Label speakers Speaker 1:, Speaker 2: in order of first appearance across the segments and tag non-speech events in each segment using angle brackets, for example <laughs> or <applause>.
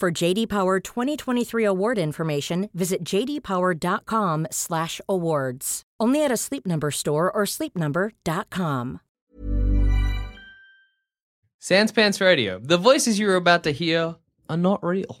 Speaker 1: For JD Power 2023 award information, visit jdpower.com/awards. Only at a Sleep Number store or sleepnumber.com.
Speaker 2: Sans Pants Radio. The voices you're about to hear are not real.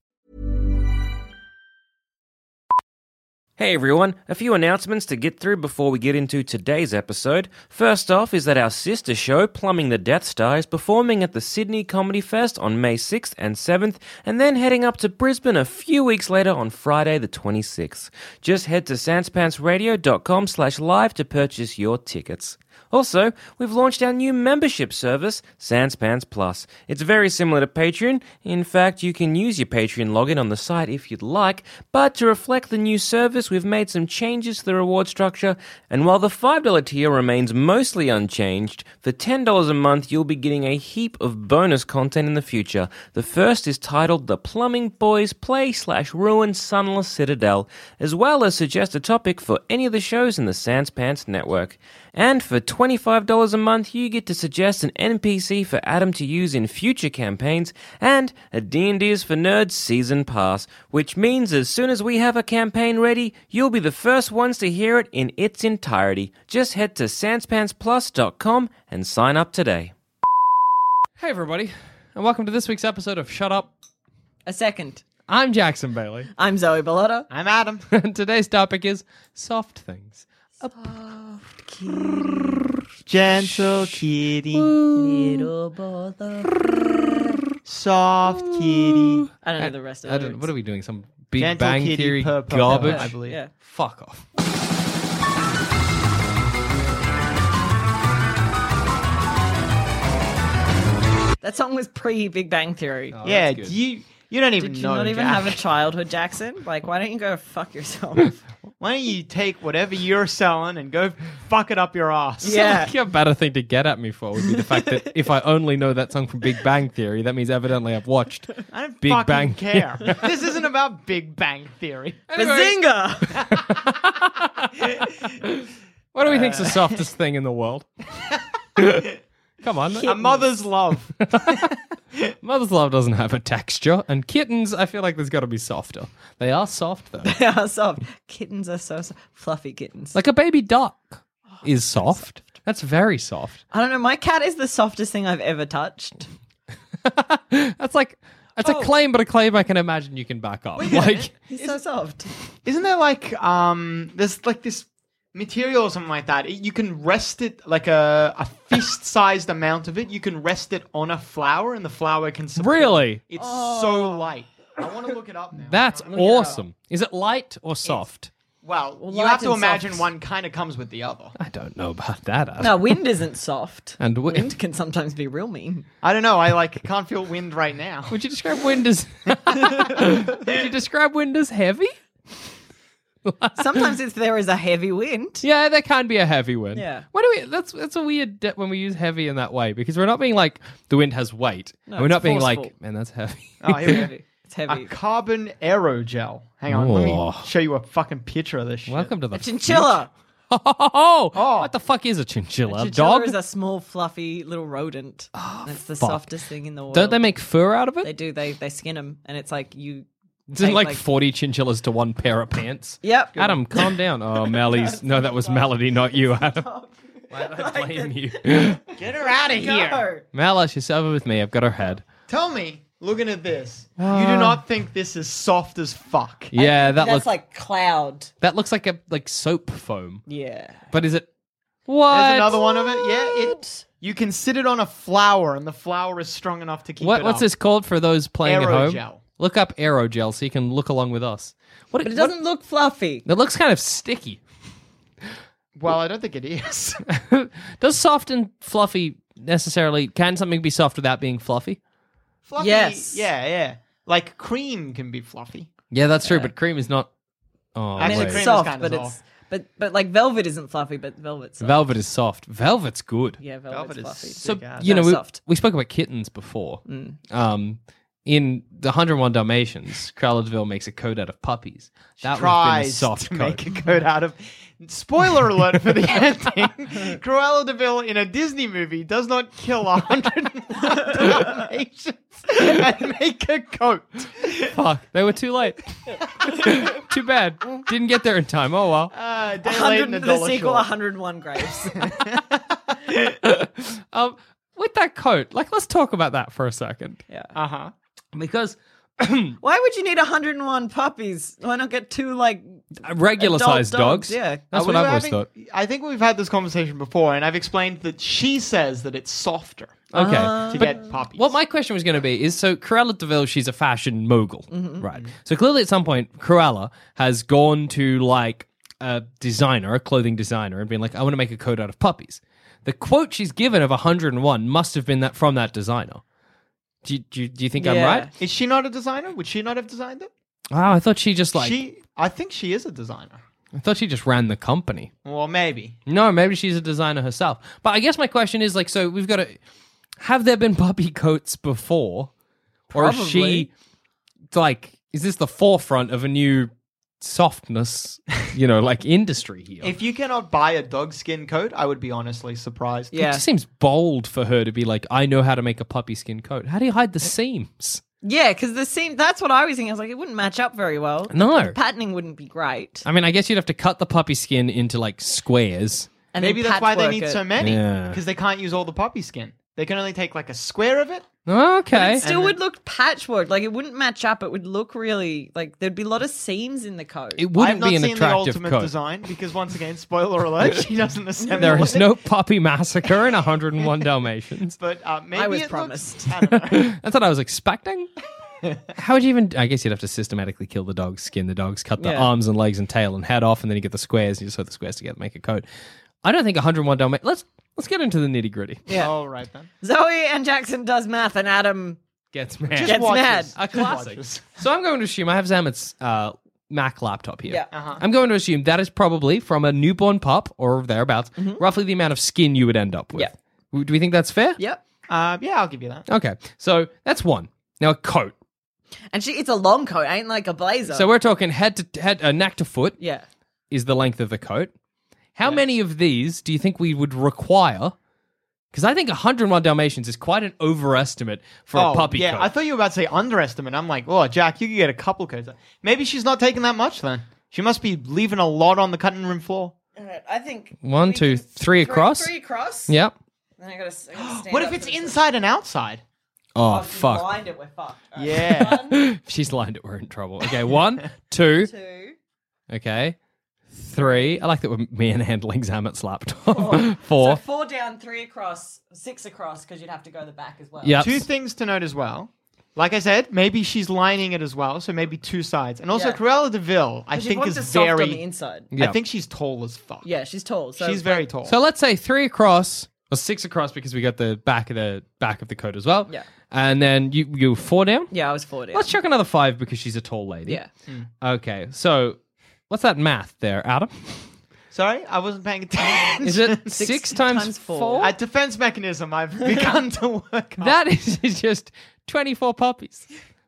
Speaker 3: Hey everyone, a few announcements to get through before we get into today's episode. First off is that our sister show, Plumbing the Death Star, is performing at the Sydney Comedy Fest on May 6th and 7th, and then heading up to Brisbane a few weeks later on Friday the 26th. Just head to sanspantsradio.com slash live to purchase your tickets. Also, we've launched our new membership service, Sanspans Plus. It's very similar to Patreon. In fact, you can use your Patreon login on the site if you'd like, but to reflect the new service, we've made some changes to the reward structure, and while the $5 tier remains mostly unchanged, for $10 a month, you'll be getting a heap of bonus content in the future. The first is titled The Plumbing Boys Play slash Ruin Sunless Citadel, as well as suggest a topic for any of the shows in the Sanspants network. And for $25 a month, you get to suggest an NPC for Adam to use in future campaigns and a D&D is for Nerds season pass, which means as soon as we have a campaign ready, you'll be the first ones to hear it in its entirety. Just head to sanspantsplus.com and sign up today.
Speaker 2: Hey everybody, and welcome to this week's episode of Shut Up.
Speaker 4: A second.
Speaker 2: I'm Jackson Bailey,
Speaker 4: I'm Zoe Bellotta.
Speaker 5: I'm Adam.
Speaker 3: <laughs>
Speaker 2: and today's topic is soft things.
Speaker 5: Gentle kitty,
Speaker 4: Little bother.
Speaker 5: soft kitty.
Speaker 4: I don't know the rest of
Speaker 2: I
Speaker 4: the
Speaker 2: don't,
Speaker 4: lyrics. <laughs>
Speaker 2: what are we doing? Some Big
Speaker 5: Gentle
Speaker 2: Bang
Speaker 5: kitty
Speaker 2: Theory
Speaker 5: per pop-
Speaker 2: garbage?
Speaker 5: I believe.
Speaker 4: Yeah.
Speaker 2: Fuck off.
Speaker 4: That song was pre Big Bang Theory.
Speaker 5: yeah,
Speaker 2: good.
Speaker 5: do you you don't even
Speaker 4: Did you
Speaker 5: know.
Speaker 4: not even
Speaker 5: Jack.
Speaker 4: have a childhood, Jackson? Like, why don't you go fuck yourself? <laughs>
Speaker 5: Why don't <laughs> you take whatever you're selling and go fuck it up your ass?
Speaker 4: Yeah.
Speaker 3: Like, a better thing to get at me for would be the fact that if I only know that song from Big Bang Theory, that means evidently I've watched.
Speaker 5: <laughs> I don't
Speaker 3: Big
Speaker 5: fucking
Speaker 3: Bang <laughs>
Speaker 5: care. this isn't about Big Bang
Speaker 4: <laughs>
Speaker 5: Theory.
Speaker 4: Bazinga!
Speaker 3: What do we
Speaker 4: Uh.
Speaker 3: think's the softest thing in the
Speaker 5: <laughs>
Speaker 3: world? Come on,
Speaker 5: A mother's love.
Speaker 3: <laughs> Mother's Love doesn't have a texture, and kittens, I feel like there's got to be softer. They are
Speaker 5: <laughs>
Speaker 3: soft though.
Speaker 4: They are soft. Kittens are so soft. Fluffy kittens.
Speaker 3: Like a baby duck
Speaker 5: Oh,
Speaker 3: is soft. That's very soft.
Speaker 4: I don't know. My cat is the softest thing I've ever touched.
Speaker 3: That's like that's
Speaker 5: Oh.
Speaker 3: a claim, but a claim I can imagine you can back up. Like
Speaker 4: He's so soft.
Speaker 5: Isn't there like um there's like this material or something like that? It- you can rest it like a, a fist sized <laughs> amount of it. You can rest it on a flower and the flower can support
Speaker 3: Really?
Speaker 5: It's
Speaker 4: Oh.
Speaker 5: so light. I want to look it up now.
Speaker 3: that's
Speaker 5: I'm looking it up.
Speaker 3: awesome. Is it light or soft?
Speaker 5: Well, you
Speaker 4: light
Speaker 5: have to
Speaker 4: and
Speaker 5: imagine
Speaker 4: soft.
Speaker 5: one kind of comes with the other.
Speaker 3: I don't know about that. Adam.
Speaker 4: No, wind isn't soft.
Speaker 3: And wi-
Speaker 4: wind can sometimes be real mean.
Speaker 5: I don't know. I like can't feel wind right now.
Speaker 3: Would you describe wind as? <laughs> Would you describe wind as heavy?
Speaker 4: Sometimes if there is a
Speaker 3: <laughs>
Speaker 4: heavy wind.
Speaker 3: Yeah, that can be a heavy wind.
Speaker 4: Yeah.
Speaker 3: Why do we? That's that's a weird de- when we use heavy in that way because we're not being like the wind has weight. we're
Speaker 4: it's
Speaker 3: not being
Speaker 4: forceful.
Speaker 3: like man, that's heavy.
Speaker 4: <laughs>
Speaker 5: Oh, here we go.
Speaker 4: It's
Speaker 5: A
Speaker 4: heavy.
Speaker 5: carbon aerogel. Hang on, let
Speaker 3: Oh.
Speaker 5: me show you a fucking picture of this shit.
Speaker 3: Welcome to the
Speaker 4: A chinchilla.
Speaker 3: Oh, oh, <laughs> oh.
Speaker 5: Oh.
Speaker 3: what the fuck is a chinchilla?
Speaker 4: Chinchilla
Speaker 3: Dog? Ah,
Speaker 4: is a small, fluffy little rodent. That's the
Speaker 3: fuck.
Speaker 4: softest thing in the world.
Speaker 3: Don't they make fur out of
Speaker 4: They
Speaker 3: it?
Speaker 4: do. They they skin them, and it's like you.
Speaker 3: Is it
Speaker 4: take,
Speaker 3: like, forty chinchillas to one pair of pants?
Speaker 4: Yep.
Speaker 3: Adam, calm down. Oh, Mally's. No, that was Melody, not you, Adam. Why did I blame you?
Speaker 5: Get her out of here.
Speaker 4: No.
Speaker 3: Mally, she's over with me. I've got her head.
Speaker 5: Tell me, looking at this, you
Speaker 3: Uh,
Speaker 5: do not think this is soft as fuck.
Speaker 3: Yeah, that
Speaker 4: That's
Speaker 3: looks
Speaker 4: like cloud.
Speaker 3: that looks like a like soap foam.
Speaker 4: Yeah.
Speaker 3: But is it? What?
Speaker 5: There's another one of it. Yeah, it. You can sit it on a flower, and the flower is strong enough to keep
Speaker 3: What,
Speaker 5: it
Speaker 3: what's
Speaker 5: up.
Speaker 3: this called for those playing at home?
Speaker 5: Aerogel.
Speaker 3: Look up aerogel so you can look along with us. What,
Speaker 4: But it doesn't look fluffy.
Speaker 3: It looks kind of sticky.
Speaker 5: Well, I don't think it is. <laughs>
Speaker 3: Does soft and fluffy necessarily? Can something be soft without being fluffy?
Speaker 5: fluffy.
Speaker 4: Yes.
Speaker 5: Yeah, yeah. Like cream can be fluffy.
Speaker 3: Yeah, that's true. But cream is not. Oh,
Speaker 4: I mean,
Speaker 5: Actually,
Speaker 3: wait.
Speaker 5: cream
Speaker 4: it's
Speaker 5: is
Speaker 4: soft,
Speaker 5: kinda
Speaker 4: but it's
Speaker 5: soft.
Speaker 4: but but like velvet isn't fluffy, but velvet's soft.
Speaker 3: velvet is soft. Velvet's good.
Speaker 4: yeah, velvet's
Speaker 5: Velvet is
Speaker 4: fluffy.
Speaker 3: So
Speaker 5: Big ass.
Speaker 3: you know,
Speaker 4: No,
Speaker 3: we,
Speaker 4: soft.
Speaker 3: we spoke about kittens before. Um, in the 101 Dalmatians, Crowlerdville makes a coat out of puppies. That would have been a
Speaker 5: tries
Speaker 3: soft
Speaker 5: to
Speaker 3: coat.
Speaker 5: make a coat out of. Spoiler
Speaker 3: <laughs>
Speaker 5: alert for the ending: Cruella de Vil in a Disney movie does not kill a
Speaker 3: <laughs>
Speaker 5: hundred Dalmatians and make a coat.
Speaker 3: Fuck, they were too
Speaker 5: <laughs>
Speaker 3: late. too bad. Didn't get there in time. Oh well.
Speaker 5: Uh, day late
Speaker 4: 100,
Speaker 5: and a
Speaker 4: the
Speaker 5: dollar
Speaker 4: sequel,
Speaker 5: short.
Speaker 4: 101 Graves.
Speaker 3: Um, with that coat, like, let's talk about that for a second.
Speaker 4: yeah.
Speaker 5: Uh huh.
Speaker 3: Because
Speaker 4: <laughs> Why would you need 101 puppies? Why not get two like
Speaker 3: regular
Speaker 4: Adult
Speaker 3: sized dogs.
Speaker 4: dogs, yeah.
Speaker 3: That's
Speaker 5: Uh,
Speaker 3: what
Speaker 5: we
Speaker 3: I've
Speaker 5: were
Speaker 3: always
Speaker 5: having-
Speaker 3: thought.
Speaker 5: I think we've had this conversation before, and I've explained that she says that it's softer
Speaker 3: Okay.
Speaker 5: to get puppies.
Speaker 3: What my question was going to be is so Cruella Deville, she's a fashion mogul, right? So clearly, at some point, Cruella has gone to like a designer, a clothing designer, and been like, "I want to make a coat out of puppies." The quote she's given of 101 must have been that from that designer. Do you, do you, do you think I'm
Speaker 4: Yeah.
Speaker 3: right?
Speaker 5: Uh, is she not a designer? Would she not have designed it?
Speaker 3: Wow, I thought she just like
Speaker 5: she, I think she is a designer.
Speaker 3: I thought she just ran the company.
Speaker 5: Well, maybe.
Speaker 3: No, maybe she's a designer herself. But I guess my question is like, so we've got to have there been puppy coats before, or is she like is this the forefront of a new softness, you know, like industry here?
Speaker 5: If you cannot buy a dog skin coat, I would be honestly surprised.
Speaker 3: it
Speaker 4: Yeah.
Speaker 3: just seems bold for her to be like, I know how to make a puppy skin coat. How do you hide the seams?
Speaker 4: Yeah, because the seam that's what I was thinking. I was like, it wouldn't match up very well.
Speaker 3: No.
Speaker 4: The patterning wouldn't be great.
Speaker 3: I mean, I guess you'd have to cut the puppy skin into like squares.
Speaker 4: And
Speaker 5: Maybe
Speaker 4: then
Speaker 5: that's why they
Speaker 4: patchwork
Speaker 5: need
Speaker 4: it.
Speaker 5: so many
Speaker 3: Yeah.
Speaker 5: because they can't use all the puppy skin. They can only take like a square of it.
Speaker 3: Okay.
Speaker 4: Still would look patchwork. Like it wouldn't match up. It would look really like there'd be a lot of seams in the coat.
Speaker 3: It
Speaker 5: I've
Speaker 3: wouldn't
Speaker 5: not
Speaker 3: be an
Speaker 5: seen the
Speaker 3: attractive
Speaker 5: ultimate
Speaker 3: coat.
Speaker 5: design because once again, spoiler alert, she doesn't assemble.
Speaker 3: There is
Speaker 5: it.
Speaker 3: no puppy massacre in 101 Dalmatians.
Speaker 5: But uh, maybe
Speaker 4: was
Speaker 5: it
Speaker 4: promised.
Speaker 5: Looks, <laughs> I don't know.
Speaker 3: <laughs> That's what I was
Speaker 5: <laughs>
Speaker 3: expecting. How would you even? I guess you'd have to systematically kill the dogs, skin the dogs, cut the
Speaker 4: Yeah.
Speaker 3: arms and legs and tail and head off, and then you get the squares. And you just put the squares together, make a coat. I don't think 101 Dalma. Let's let's get into the nitty gritty.
Speaker 5: yeah. All right
Speaker 3: <laughs>
Speaker 5: then.
Speaker 4: Zoe and Jackson does math, and Adam
Speaker 3: Gets mad.
Speaker 4: Gets
Speaker 5: watches.
Speaker 4: mad.
Speaker 3: a classic.
Speaker 5: watches.
Speaker 3: so I'm going to assume I have Zamet's uh, Mac laptop here.
Speaker 4: Yeah.
Speaker 3: I'm going to assume that is probably from a newborn pup or thereabouts, roughly the amount of skin you would end up with.
Speaker 4: Mm-hmm. Yeah.
Speaker 3: W- Do we think that's fair?
Speaker 4: Yep.
Speaker 5: Uh, yeah, I'll give you that.
Speaker 3: Okay, so that's one. Now a coat.
Speaker 4: And she, it's a long coat, ain't like a blazer.
Speaker 3: So we're talking head to head, uh, neck to foot
Speaker 4: yeah.
Speaker 3: is the length of the coat. How many of these do you think we would require? Because I think 101 Dalmatians is quite an overestimate for a puppy
Speaker 5: Oh, yeah.
Speaker 3: coat.
Speaker 5: I thought you were about to say underestimate. I'm like, oh, Jack, you could get a couple coats. Maybe she's not taking that much then. She must be leaving a lot on the cutting room floor.
Speaker 4: I think
Speaker 3: One,
Speaker 4: we
Speaker 3: two,
Speaker 4: can-
Speaker 3: three across?
Speaker 4: Three across.
Speaker 3: yep.
Speaker 4: Then I gotta,
Speaker 3: <gasps>
Speaker 4: I gotta stand
Speaker 5: What
Speaker 4: up
Speaker 5: if
Speaker 4: for
Speaker 5: it's
Speaker 4: this.
Speaker 5: inside and outside?
Speaker 3: Oh,
Speaker 4: If we
Speaker 3: fuck.
Speaker 4: Blind it, we're fucked. All right.
Speaker 5: Yeah.
Speaker 3: <laughs> If She's lined it. We're in trouble. Okay, one,
Speaker 4: <laughs>
Speaker 3: two,
Speaker 4: Two.
Speaker 3: okay, three. I like that we're manhandling Zamet's laptop. <laughs> Four.
Speaker 4: So four down, three across, six across, because you'd have to go the back as well.
Speaker 3: Yep.
Speaker 5: Two things to note as well. Like I said, maybe she's lining it as well, so maybe two sides. And also,
Speaker 4: Yeah.
Speaker 5: Cruella Deville, I
Speaker 4: She
Speaker 5: think
Speaker 4: wants
Speaker 5: is
Speaker 4: it soft
Speaker 5: very.
Speaker 4: on the inside.
Speaker 3: Yeah.
Speaker 5: I think she's tall as fuck.
Speaker 4: Yeah, she's tall. So
Speaker 5: she's very tall.
Speaker 3: So let's say three across or six across because we got the back of the back of the coat as well.
Speaker 4: Yeah.
Speaker 3: And then you you were four down?
Speaker 4: Yeah, I was four down.
Speaker 3: Let's check another five because she's a tall lady.
Speaker 4: Yeah.
Speaker 3: Okay. So what's that math there, Adam?
Speaker 5: Sorry, I wasn't paying attention. <laughs>
Speaker 3: Is it six,
Speaker 4: <laughs> Six
Speaker 3: times,
Speaker 4: times
Speaker 3: four?
Speaker 4: four.
Speaker 5: a defense mechanism I've <laughs> begun to work on.
Speaker 3: Oh. That is is just twenty four puppies.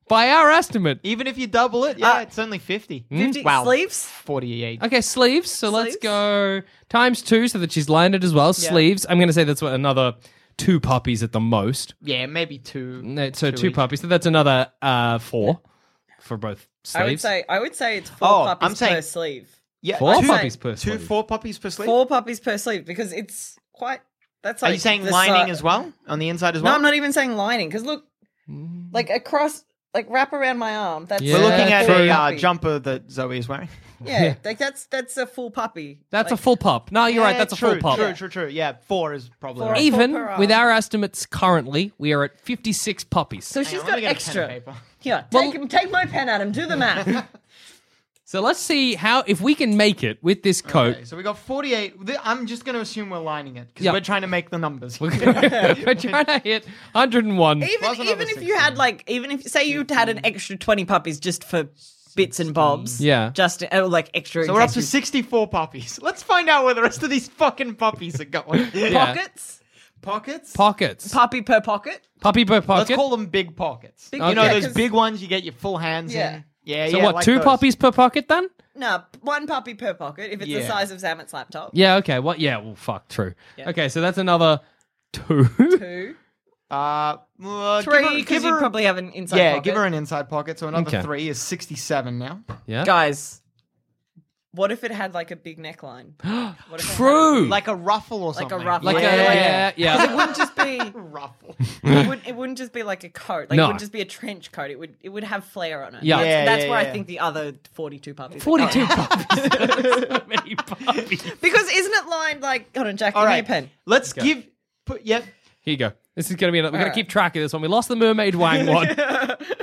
Speaker 3: By our estimate.
Speaker 5: Even if you double it, yeah,
Speaker 4: Uh,
Speaker 5: it's only 50.
Speaker 4: 50
Speaker 5: Hmm? Wow.
Speaker 4: sleeves.
Speaker 5: 48.
Speaker 3: Okay, sleeves. So let's
Speaker 4: Sleeves.
Speaker 3: go times two so that she's lined it as well.
Speaker 4: Yeah.
Speaker 3: Sleeves. I'm gonna say that's what another two puppies at the most.
Speaker 5: Yeah, maybe two.
Speaker 3: No, So
Speaker 5: Two
Speaker 3: two
Speaker 5: each.
Speaker 3: puppies. So that's another uh four for both
Speaker 4: I would
Speaker 3: sleeves.
Speaker 4: say I would say it's four
Speaker 5: Oh,
Speaker 4: puppies
Speaker 5: I'm saying-
Speaker 4: per sleeve.
Speaker 5: Yeah,
Speaker 3: Four
Speaker 5: two,
Speaker 3: puppies per
Speaker 5: Two
Speaker 3: sleeve.
Speaker 5: four puppies per sleeve.
Speaker 4: Four puppies per sleeve because it's quite. That's
Speaker 5: Are
Speaker 4: like
Speaker 5: you saying
Speaker 4: the
Speaker 5: lining
Speaker 4: si-
Speaker 5: as well on the inside as
Speaker 4: No,
Speaker 5: well? Mm.
Speaker 4: I'm not even saying lining because look, like across, like wrap around my arm. That's
Speaker 3: We're
Speaker 5: We're
Speaker 3: Yeah,
Speaker 5: looking at
Speaker 3: true.
Speaker 5: a uh,
Speaker 4: puppy.
Speaker 5: jumper that Zoe is wearing.
Speaker 4: Yeah, like that's that's a full puppy.
Speaker 3: That's
Speaker 4: Like,
Speaker 3: a full pup. No, you're right.
Speaker 5: Yeah,
Speaker 3: That's a
Speaker 5: true,
Speaker 3: full pup.
Speaker 5: True, true, true. Yeah, four is probably
Speaker 4: Four.
Speaker 5: right.
Speaker 4: per
Speaker 3: Even
Speaker 4: eye.
Speaker 3: with our estimates currently, we are at 56 puppies.
Speaker 4: So
Speaker 3: So,
Speaker 4: she's
Speaker 5: Hang on, let
Speaker 4: got
Speaker 5: me get a pen
Speaker 4: extra.
Speaker 5: and paper.
Speaker 4: Yeah,
Speaker 3: Well-
Speaker 4: take take my pen, Adam. Do the math.
Speaker 3: let's see how if we can make it with this coat.
Speaker 5: Okay, so we got 48. Th- I'm just going to assume we're lining it because
Speaker 3: Yeah.
Speaker 5: we're trying to make the
Speaker 3: <laughs>
Speaker 5: numbers.
Speaker 3: We're trying to hit 101.
Speaker 4: even
Speaker 5: Plus another
Speaker 4: even if you had
Speaker 5: 16.
Speaker 4: like even if say you had an extra twenty puppies just for bits and bobs.
Speaker 3: Yeah.
Speaker 4: just oh, like extra.
Speaker 5: So we're up to 64 puppies. Let's find out where the rest of these fucking puppies are going.
Speaker 3: <laughs> Yeah.
Speaker 4: pockets.
Speaker 5: Pockets?
Speaker 3: Pockets.
Speaker 4: Puppy per pocket.
Speaker 3: Puppy per pocket.
Speaker 5: Let's call them big pockets.
Speaker 4: Big
Speaker 5: You know,
Speaker 4: pockets.
Speaker 5: those big ones you get your full hands
Speaker 4: Yeah.
Speaker 5: in. Yeah,
Speaker 3: so
Speaker 5: yeah,
Speaker 3: what,
Speaker 5: like
Speaker 3: two
Speaker 5: those.
Speaker 3: puppies per pocket then?
Speaker 4: No, one puppy per pocket. If it's the
Speaker 5: Yeah.
Speaker 4: size of Zamet's laptop.
Speaker 3: Yeah, okay. What? Yeah, well, fuck, true. Okay, so that's another <laughs> two.
Speaker 4: Two,
Speaker 5: Uh, well, give
Speaker 4: three.
Speaker 5: her- give
Speaker 4: Because you
Speaker 5: her-
Speaker 4: probably have an inside.
Speaker 5: Yeah,
Speaker 4: pocket.
Speaker 5: give her an inside pocket. So another
Speaker 3: Okay.
Speaker 5: three is 67 now.
Speaker 3: Yeah.
Speaker 4: Guys, what if it had like a big
Speaker 3: <gasps>
Speaker 4: neckline? What if it had-
Speaker 3: True.
Speaker 5: Like a ruffle or
Speaker 4: Like a
Speaker 5: something.
Speaker 4: ruffle.
Speaker 3: Like a- yeah, Uh, yeah.
Speaker 4: 'Cause it wouldn't just be.
Speaker 5: <laughs> ruffle.
Speaker 4: It wouldn't, it wouldn't just be like a coat. Like
Speaker 3: No.
Speaker 4: it would just be a trench coat. It would. It would have flair on it.
Speaker 3: Yeah.
Speaker 4: that's,
Speaker 5: Yeah,
Speaker 4: that's
Speaker 5: yeah,
Speaker 4: where
Speaker 5: yeah.
Speaker 4: I think the other forty-two puppies. are
Speaker 3: 42 <laughs>
Speaker 4: going.
Speaker 3: puppies. so many puppies. Here
Speaker 4: Because isn't it lined like? Hold on, Jack.
Speaker 5: All
Speaker 4: give
Speaker 5: right.
Speaker 4: me a pen.
Speaker 5: Let's give. Put, yep.
Speaker 3: you go. This is going to be another. We're going to keep track of this one. We lost the mermaid wang one.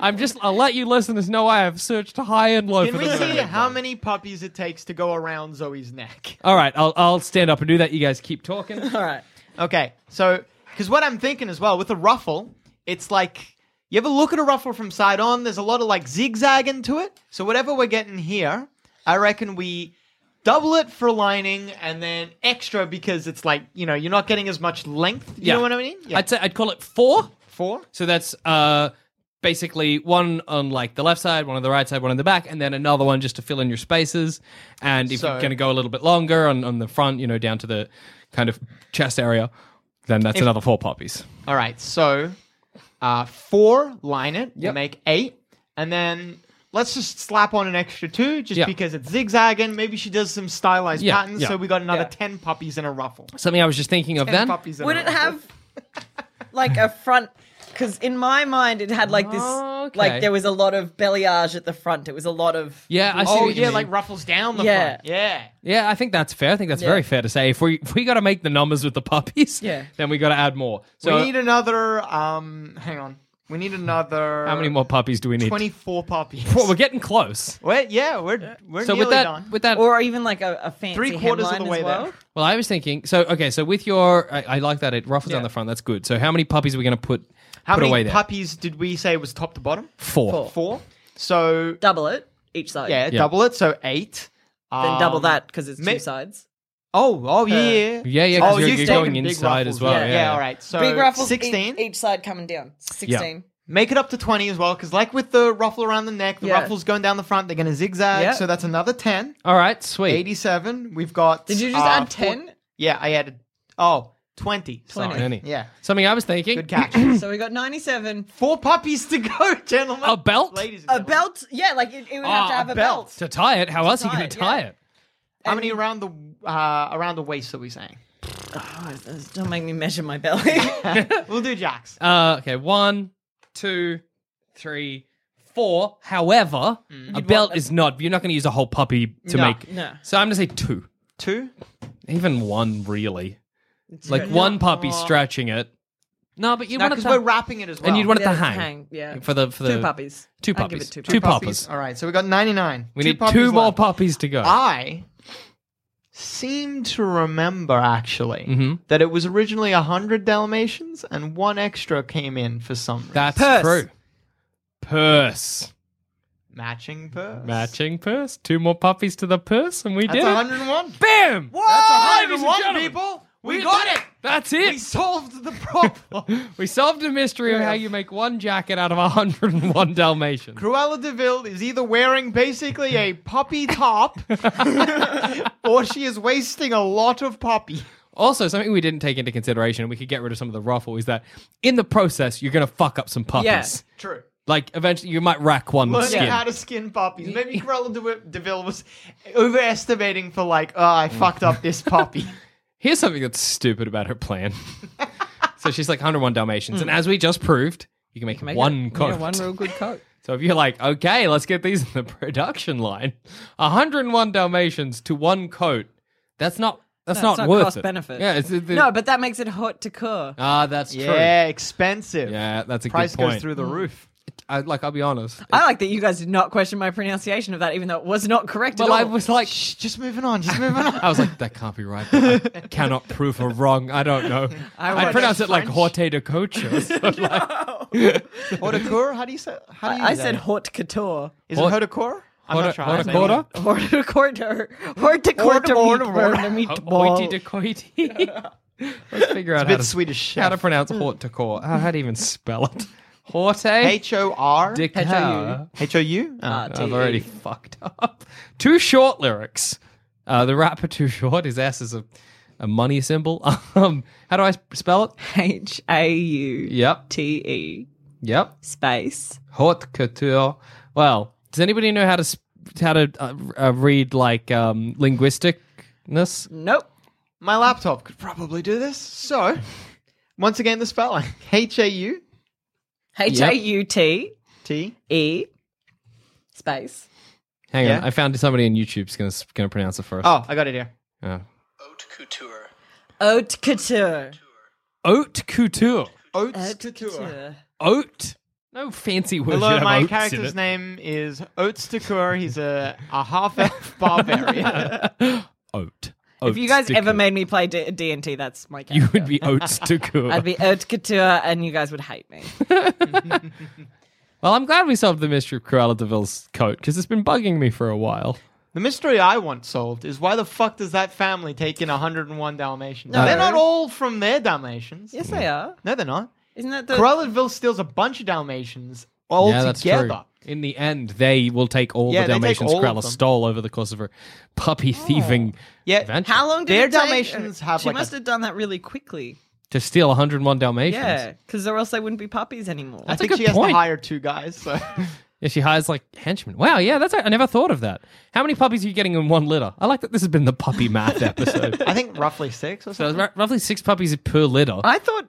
Speaker 3: I'm just. I'll let you listeners know I have searched high and low
Speaker 5: Can
Speaker 3: for
Speaker 5: we
Speaker 3: the
Speaker 5: see
Speaker 3: mermaid
Speaker 5: how
Speaker 3: wang.
Speaker 5: many puppies it takes to go around Zoe's neck?
Speaker 3: <laughs> All right, I'll I'll stand up and do that. You guys keep talking.
Speaker 4: All right.
Speaker 5: Okay, so because what I'm thinking as well with a ruffle, it's like you ever look at a ruffle from side on. There's a lot of like zigzagging to it. So whatever we're getting here, I reckon we double it for lining and then extra because it's like you know you're not getting as much length. You
Speaker 3: Yeah.
Speaker 5: know what I mean?
Speaker 3: I'd say I'd call it four.
Speaker 5: four.
Speaker 3: So that's uh basically one on like the left side, one on the right side, one on the back, and then another one just to fill in your spaces. And if
Speaker 5: So-
Speaker 3: you're going to go a little bit longer on on the front, you know, down to the kind of chest area, then that's another four poppies.
Speaker 5: All right, so uh, four line it, you
Speaker 3: Yep.
Speaker 5: make eight, and then let's just slap on an extra two just
Speaker 3: Yeah.
Speaker 5: because it's zigzagging. Maybe she does some stylized
Speaker 3: Yeah,
Speaker 5: patterns,
Speaker 3: yeah.
Speaker 5: so we got another
Speaker 4: Yeah.
Speaker 5: ten puppies in a ruffle.
Speaker 3: Something I was just thinking of
Speaker 5: Ten
Speaker 3: then.
Speaker 5: puppies in
Speaker 4: Would
Speaker 5: a
Speaker 4: it
Speaker 5: ruffle.
Speaker 4: have <laughs> like a front? Because in my mind, it had like this.
Speaker 3: Okay.
Speaker 4: Like there was a lot of belliage at the front. It was a lot of.
Speaker 3: Yeah, I see.
Speaker 5: Oh
Speaker 3: what you
Speaker 5: yeah,
Speaker 3: mean.
Speaker 5: like ruffles down the
Speaker 4: Yeah.
Speaker 5: front. Yeah.
Speaker 3: yeah, I think that's fair. I think that's very fair to say. If we if we got to make the numbers with the puppies,
Speaker 4: Yeah.
Speaker 3: then we got to add more. So
Speaker 5: we need another. Um, hang on. We need another.
Speaker 3: how many more puppies do we need?
Speaker 5: Twenty-four puppies.
Speaker 3: Well, we're getting close.
Speaker 5: We're- yeah, we're we're
Speaker 3: So
Speaker 5: nearly
Speaker 3: with that,
Speaker 5: done.
Speaker 3: with that,
Speaker 4: Or even like a, a fancy
Speaker 5: Three quarters of
Speaker 4: hemline
Speaker 5: the
Speaker 4: as
Speaker 5: way
Speaker 4: well.
Speaker 5: there.
Speaker 3: Well, I was thinking. So okay, so with your, I, I like that it ruffles down the front. That's good. So how many puppies are we going to put
Speaker 5: How
Speaker 3: put
Speaker 5: many
Speaker 3: away there?
Speaker 5: puppies did we say was top to bottom?
Speaker 3: Four.
Speaker 5: Four. So
Speaker 4: Double it. each side.
Speaker 5: Yeah,
Speaker 4: Then
Speaker 5: double it, so eight. Um,
Speaker 3: Ah.
Speaker 4: double that because it's
Speaker 5: ma-
Speaker 4: two sides.
Speaker 5: Oh, oh yeah, yeah.
Speaker 3: Yeah, yeah, 'cause
Speaker 5: Oh,
Speaker 3: you're,
Speaker 5: you've
Speaker 3: you're
Speaker 5: taken
Speaker 3: going
Speaker 5: big
Speaker 3: inside as
Speaker 5: ruffles,
Speaker 3: well.
Speaker 5: Yeah,
Speaker 3: Yeah,
Speaker 5: all right. So
Speaker 4: Big ruffles,
Speaker 5: sixteen.
Speaker 4: Each, each side coming down. Sixteen.
Speaker 5: Make it up to twenty as well, because like with the ruffle around the neck, the
Speaker 4: Yeah.
Speaker 5: ruffle's going down the front. They're going to zigzag,
Speaker 4: Yeah.
Speaker 5: so that's another ten.
Speaker 3: All right, sweet.
Speaker 5: Eighty-seven. We've got.
Speaker 4: Did you just
Speaker 5: uh,
Speaker 4: add
Speaker 5: four-
Speaker 4: ten?
Speaker 5: yeah, I added. Oh, 20. Sorry.
Speaker 3: Any.
Speaker 5: Yeah,
Speaker 3: Something I was thinking.
Speaker 5: good catch.
Speaker 3: <clears throat>
Speaker 4: so we got ninety-seven.
Speaker 5: Four puppies to go, <laughs> gentlemen.
Speaker 3: A belt?
Speaker 5: ladies. And
Speaker 4: A
Speaker 5: gentlemen.
Speaker 4: belt. Yeah, like it, it would have
Speaker 3: Ah,
Speaker 4: to have
Speaker 5: a
Speaker 4: a
Speaker 5: belt.
Speaker 4: belt.
Speaker 3: To tie it, how else are you
Speaker 4: tie
Speaker 3: going
Speaker 4: it,
Speaker 3: to tie
Speaker 4: yeah.
Speaker 3: it?
Speaker 5: How many around the uh, around the waist are
Speaker 3: <laughs>
Speaker 5: we saying?
Speaker 4: Oh, don't make me measure my belly.
Speaker 5: We'll do jacks.
Speaker 3: Uh, okay, one, two, three, four. However, Hmm. a belt is not. You're not going to use a whole puppy to
Speaker 5: No.
Speaker 3: make.
Speaker 4: No.
Speaker 3: So I'm going to say two,
Speaker 5: Two.
Speaker 3: even one really. Like
Speaker 4: good.
Speaker 3: one puppy stretching it. No, but you
Speaker 5: No,
Speaker 3: want it
Speaker 5: because
Speaker 3: to,
Speaker 5: we're wrapping it as well.
Speaker 3: and you'd want it
Speaker 4: Yeah,
Speaker 3: to hang.
Speaker 4: hang, yeah.
Speaker 3: for the for the
Speaker 4: two puppies.
Speaker 3: Two
Speaker 4: I'd give
Speaker 3: puppies.
Speaker 4: it two
Speaker 3: Two
Speaker 5: puppies.
Speaker 3: puppies.
Speaker 5: All right, so we got 99.
Speaker 3: We need
Speaker 5: puppies
Speaker 3: two more
Speaker 5: left.
Speaker 3: puppies to go.
Speaker 5: I seem to remember actually
Speaker 3: Mm-hmm.
Speaker 5: that it was originally 100 Dalmatians and one extra came in for some reason.
Speaker 3: That's
Speaker 4: Purse.
Speaker 3: true. Purse.
Speaker 5: matching purse.
Speaker 3: Matching purse. Two more puppies to the purse, and we
Speaker 5: That's
Speaker 3: did it.
Speaker 5: 101.
Speaker 3: Bam!
Speaker 5: That's
Speaker 3: Ladies and
Speaker 5: 101
Speaker 3: gentlemen,
Speaker 5: people. We, got it.
Speaker 3: That's
Speaker 5: We
Speaker 3: it.
Speaker 5: solved the problem.
Speaker 3: <laughs> We solved the mystery of how you make one jacket out of 101 Dalmatians.
Speaker 5: Cruella Deville is either wearing basically a puppy top <laughs> or she is wasting a lot of puppy.
Speaker 3: Also, something we didn't take into consideration, and we could get rid of some of the ruffle, is that in the process, you're going to fuck up some puppies.
Speaker 4: Yeah.
Speaker 5: True.
Speaker 3: Like, eventually, you might rack one with
Speaker 5: Learning
Speaker 3: skin.
Speaker 5: how to skin puppies. Maybe
Speaker 3: <laughs>
Speaker 5: Cruella De- Deville was overestimating for like, oh, I fucked up this puppy.
Speaker 3: Here's something that's stupid about her plan. so she's like 101 Dalmatians, and as we just proved, you can make,
Speaker 4: Make
Speaker 3: one
Speaker 4: it-
Speaker 3: coat.
Speaker 4: Yeah, one real good coat.
Speaker 3: So if <laughs> you're like, okay, let's get these in the production line, 101 Dalmatians to one coat, that's not that's
Speaker 4: No,
Speaker 3: not,
Speaker 4: it's not
Speaker 3: worth
Speaker 4: cost
Speaker 3: it.
Speaker 4: benefit.
Speaker 3: Yeah, it's, it-
Speaker 4: no, but that makes it hot to cure.
Speaker 3: ah, that's
Speaker 5: yeah, expensive.
Speaker 3: true. Yeah, that's a
Speaker 5: Price
Speaker 3: good point.
Speaker 5: goes through the roof.
Speaker 3: I, like, I'll be honest.
Speaker 4: I like that you guys did not question my pronunciation of that, even though it was not correct
Speaker 3: Well, I
Speaker 4: at all.
Speaker 3: was like,
Speaker 5: Shh, just moving on. Just moving on.
Speaker 3: <laughs> I was like, that can't be right. but
Speaker 5: <laughs>
Speaker 3: I cannot prove her wrong. I don't know. I,
Speaker 5: watched
Speaker 3: pronounce it like
Speaker 5: French.
Speaker 3: Horte de Cocho. So like,
Speaker 5: <laughs> Horticore? How do you say? How
Speaker 3: <laughs>
Speaker 5: do
Speaker 4: <laughs>
Speaker 5: you
Speaker 4: I
Speaker 5: say
Speaker 4: said
Speaker 5: it?
Speaker 4: hot couture.
Speaker 5: Is it
Speaker 3: Hort-
Speaker 5: horticore? I'm not sure.
Speaker 3: Horta-
Speaker 5: I don't know.
Speaker 3: Horta-
Speaker 4: Horticulture. Horticulture.
Speaker 5: Horticulture.
Speaker 3: Hoity decoity. Let's figure out
Speaker 5: Bit
Speaker 3: how to,
Speaker 5: Swedish
Speaker 3: how to
Speaker 5: chef.
Speaker 3: pronounce hort to court. How, how do you even spell it? Horte
Speaker 5: H O R
Speaker 3: de coeur.
Speaker 5: H O U.
Speaker 4: Ah,
Speaker 5: Oh.
Speaker 4: t-
Speaker 3: Uh, I've already <laughs> fucked up. Too short lyrics. Uh, the rapper too short. His ass is a, a money symbol. <laughs> Um, how do I sp- spell it?
Speaker 4: H A U
Speaker 3: Yep.
Speaker 4: T E
Speaker 3: Yep.
Speaker 4: space.
Speaker 3: Haute couture. Well, does anybody know how to sp- how to uh, uh, read like um, linguisticness?
Speaker 4: Nope.
Speaker 5: My laptop could probably do this. So, once again, the spelling H A U
Speaker 4: H A U T
Speaker 5: T.
Speaker 4: E space.
Speaker 3: Hang
Speaker 5: Yeah.
Speaker 3: on, I found somebody on YouTube's gonna s- gonna pronounce it first.
Speaker 5: Oh, I got it here.
Speaker 3: Yeah.
Speaker 4: Haute couture.
Speaker 3: Haute couture.
Speaker 5: Oats
Speaker 4: Haute
Speaker 5: Couture.
Speaker 4: couture.
Speaker 3: Haute. No fancy word.
Speaker 5: Hello,
Speaker 3: should have
Speaker 5: my
Speaker 3: oats in
Speaker 5: character's
Speaker 3: it.
Speaker 5: name is Oats Couture. He's a, a
Speaker 3: <laughs>
Speaker 5: half elf barbarian.
Speaker 3: Oat.
Speaker 4: If you guys
Speaker 3: Oats
Speaker 4: ever
Speaker 3: couture.
Speaker 4: made me play D- D&T, that's my character.
Speaker 3: you would be oats to cool.
Speaker 4: <laughs> I'd be haute couture and you guys would hate me.
Speaker 3: Well, I'm glad we solved the mystery of Cruella Deville's coat because it's been bugging me for a while.
Speaker 5: the mystery I want solved is why the fuck does that family take in 101 Dalmatians?
Speaker 4: No.
Speaker 5: They're not all from their
Speaker 4: <laughs>
Speaker 5: Dalmatians.
Speaker 4: yes, they are.
Speaker 5: No, they're not.
Speaker 4: Isn't that the...
Speaker 5: Cruella de Vil steals a bunch of Dalmatians all
Speaker 3: yeah, that's
Speaker 5: together.
Speaker 3: true. In the end, they will take all
Speaker 5: Yeah,
Speaker 3: the
Speaker 5: they take
Speaker 3: Dalmatians
Speaker 5: all of
Speaker 3: Cruella
Speaker 5: them.
Speaker 3: stole over the course of her puppy thieving
Speaker 5: Yeah,
Speaker 3: adventure
Speaker 4: How long did
Speaker 5: Their
Speaker 4: it take?
Speaker 5: Dalmatians have
Speaker 4: She
Speaker 5: like
Speaker 4: must
Speaker 5: a-
Speaker 4: have done that really quickly.
Speaker 3: to steal 101 Dalmatians.
Speaker 4: Yeah, because or else they wouldn't be puppies anymore.
Speaker 5: I
Speaker 3: That's a
Speaker 5: think
Speaker 3: good
Speaker 5: she has
Speaker 3: point.
Speaker 5: to hire two guys. So
Speaker 3: <laughs> Yeah, she hires like henchmen. Wow, yeah, that's I never thought of that. How many puppies are you getting in one litter? I like that this has been the
Speaker 4: <laughs>
Speaker 3: puppy math episode.
Speaker 5: I think roughly six or
Speaker 3: so it's
Speaker 5: something.
Speaker 3: ru- roughly six puppies per litter.
Speaker 4: I thought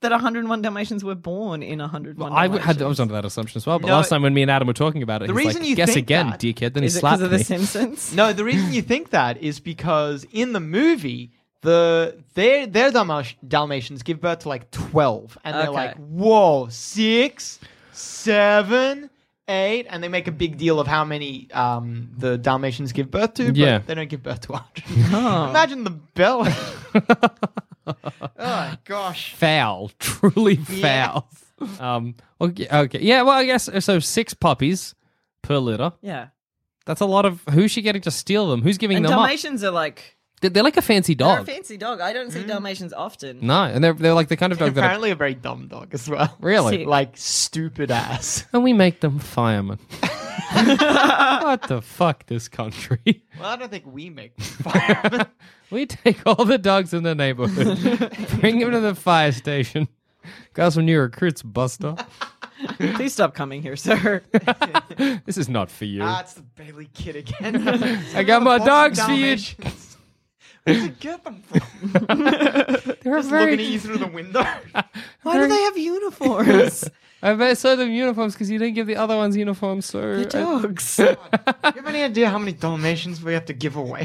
Speaker 4: that 101 Dalmatians were born in 101
Speaker 3: I w-
Speaker 4: Dalmatians.
Speaker 3: had I was under that assumption as well, but
Speaker 5: No,
Speaker 3: last time when me and Adam were talking about it,
Speaker 5: the
Speaker 3: he's
Speaker 5: reason
Speaker 3: like,
Speaker 5: you
Speaker 3: guess
Speaker 5: think
Speaker 3: again,
Speaker 5: that
Speaker 3: dickhead. Then
Speaker 4: Is
Speaker 3: he
Speaker 4: it because
Speaker 3: slapped
Speaker 4: of The
Speaker 3: me. <laughs>
Speaker 4: Simpsons?
Speaker 5: No, the reason you think that is because in the movie, the their their Dalmatians, Dalmatians give birth to like twelve, and they're
Speaker 4: Okay.
Speaker 5: like, "Whoa, six, seven, eight, and they make a big deal of how many um, the Dalmatians give birth to. But
Speaker 3: Yeah.
Speaker 5: they don't give birth
Speaker 3: <laughs>
Speaker 5: to hundred. Imagine the belly. oh gosh.
Speaker 3: foul, truly foul. Um. Okay. Okay. Yeah. Well, I guess so. Six puppies per litter.
Speaker 4: Yeah.
Speaker 3: That's a lot of. Who's she getting to steal them? Who's giving
Speaker 4: And
Speaker 3: them
Speaker 4: Dalmatians are like
Speaker 3: up? They're, they're like a fancy
Speaker 4: they're a
Speaker 3: dog.
Speaker 4: fancy dog. I don't see Dalmatians often.
Speaker 3: no, and they're, they're like the kind of dog that. Are,
Speaker 5: Apparently, a very dumb dog as well.
Speaker 3: <laughs> Really?
Speaker 4: Sick.
Speaker 5: <laughs> Like
Speaker 3: <laughs>
Speaker 5: stupid ass.
Speaker 3: and we make them
Speaker 4: <laughs>
Speaker 3: firemen. what the fuck, this country?
Speaker 5: Well, I don't think we make fire.
Speaker 3: We take all the dogs in the neighborhood, bring them to the fire station, got some new recruits, Buster. Mm.
Speaker 4: Please stop coming here, <laughs> sir.
Speaker 3: This is not for you.
Speaker 5: ah, it's the Bailey kid again.
Speaker 3: <laughs> I got my dogs for you.
Speaker 5: <laughs> Where's it get them from?
Speaker 3: <laughs> They're
Speaker 5: Just looking
Speaker 3: very.
Speaker 5: at you through
Speaker 3: <laughs>
Speaker 5: the window.
Speaker 4: Why do they have uniforms?
Speaker 3: I bet so them uniforms because you didn't give the other ones uniforms. So, I- <laughs>
Speaker 4: Dogs.
Speaker 5: you have any idea how many Dalmatians we have to give
Speaker 3: <laughs>
Speaker 5: away?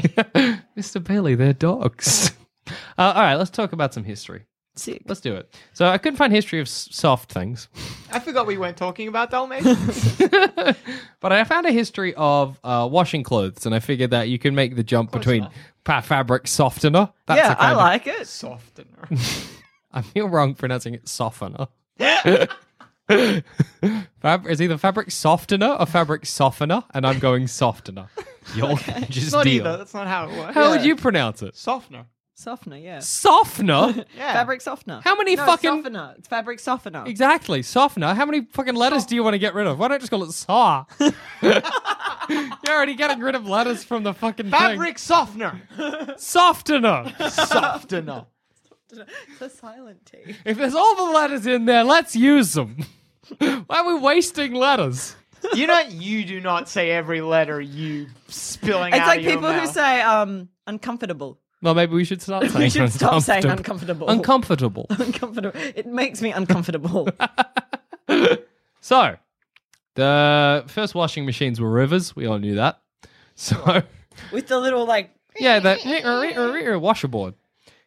Speaker 3: Mr. Bailey, they're dogs. uh, all right, let's talk about some history.
Speaker 4: Sick.
Speaker 3: Let's do it. So I couldn't find history of s- soft things,
Speaker 5: I forgot we weren't talking about Dalmatians.
Speaker 3: <laughs> but I found a history of uh, washing clothes, and I figured that you can make the jump between pa- fabric softener. That's
Speaker 4: yeah,
Speaker 3: a
Speaker 4: I
Speaker 3: kind of-
Speaker 4: like it.
Speaker 5: Softener.
Speaker 3: <laughs> I feel wrong pronouncing it
Speaker 5: <laughs>
Speaker 3: softener. Fab- it's either fabric softener or fabric softener, and I'm going
Speaker 5: <laughs>
Speaker 3: softener. You'll just
Speaker 5: It's not
Speaker 3: deal.
Speaker 5: either. That's not how it works.
Speaker 3: How would you pronounce it?
Speaker 5: Softener.
Speaker 4: Softener, yeah.
Speaker 3: Softener?
Speaker 5: <laughs> Yeah.
Speaker 4: Fabric softener.
Speaker 3: How many
Speaker 4: No,
Speaker 3: fucking-
Speaker 4: softener? It's fabric softener.
Speaker 3: Exactly, softener. How many fucking letters do you want to get rid of? Why don't you just call it saw? <laughs> You're already getting rid of letters from the fucking
Speaker 5: Fabric softener.
Speaker 3: thing. Softener.
Speaker 5: <laughs> softener.
Speaker 4: <laughs> It's a silent T.
Speaker 3: if there's all the letters in there, let's use them. <laughs> Why are we wasting letters?
Speaker 5: You know, you do not say every letter you spilling
Speaker 4: It's
Speaker 5: out
Speaker 4: like
Speaker 5: of your
Speaker 4: people who
Speaker 5: mouth.
Speaker 4: say um uncomfortable. <laughs>
Speaker 3: Well, maybe we should start <laughs> saying
Speaker 4: We should stop saying
Speaker 3: uncomfortable.
Speaker 4: uncomfortable.
Speaker 3: uncomfortable.
Speaker 4: uncomfortable. It makes me uncomfortable.
Speaker 3: <laughs> so, the first washing machines were rivers. We all knew that. So,
Speaker 4: With the little like
Speaker 3: yeah, that washboard.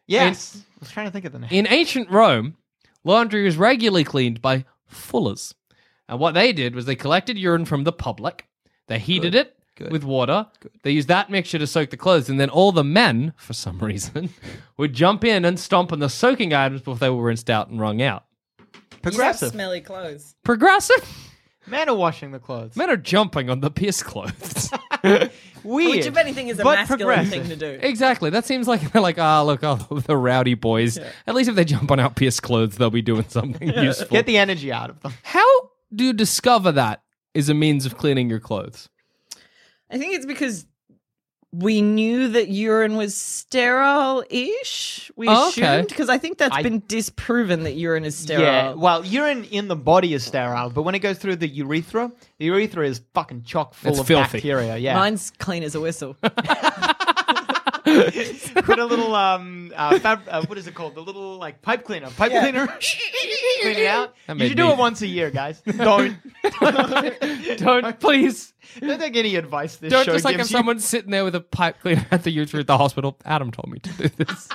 Speaker 5: Yes. I was trying to think of the name.
Speaker 3: In ancient Rome, laundry was regularly cleaned by fullers. And what they did was they collected urine from the public, they heated it with water, they used that mixture to soak the clothes, and then all the men, for some <laughs> reason, would jump in and stomp on the soaking items before they were rinsed out and wrung out.
Speaker 4: you have
Speaker 5: Progressive.
Speaker 4: smelly clothes.
Speaker 3: Progressive?
Speaker 5: Men are washing the clothes.
Speaker 3: Men are jumping on the piss clothes.
Speaker 5: <laughs> Weird.
Speaker 4: Which if anything is a
Speaker 5: but
Speaker 4: masculine
Speaker 5: progressive.
Speaker 4: thing to do.
Speaker 3: exactly. That seems like they're like, ah, look, oh, the rowdy boys. At least if they jump on our piss clothes, they'll be doing something useful.
Speaker 5: Get the energy out of them.
Speaker 3: How do you discover that is a means of cleaning your clothes?
Speaker 4: I think it's because we knew that urine was sterile ish. We
Speaker 3: Oh, okay.
Speaker 4: assumed because I think that's
Speaker 5: I-
Speaker 4: been disproven that urine is sterile.
Speaker 5: Yeah. Uh, Well, urine in the body is sterile, but when it goes through the urethra, the urethra is fucking chock full
Speaker 3: It's
Speaker 5: of
Speaker 3: filthy.
Speaker 5: bacteria. Yeah.
Speaker 4: Mine's clean as a whistle.
Speaker 3: <laughs> Um,
Speaker 5: <laughs> Put a little um, uh, fab- uh, what is it called? The little like pipe cleaner. Pipe
Speaker 3: <laughs>
Speaker 5: cleaner. Clean it out.
Speaker 3: That
Speaker 5: You
Speaker 3: made
Speaker 5: should do
Speaker 3: me-
Speaker 5: it once a
Speaker 3: <laughs>
Speaker 5: year, guys. Don't
Speaker 3: Don't please
Speaker 5: don't take any advice. This
Speaker 3: don't
Speaker 5: show
Speaker 3: just like if
Speaker 5: gives you.
Speaker 3: someone's sitting there with a pipe cleaner at the uterus at the hospital. Adam told me to do this.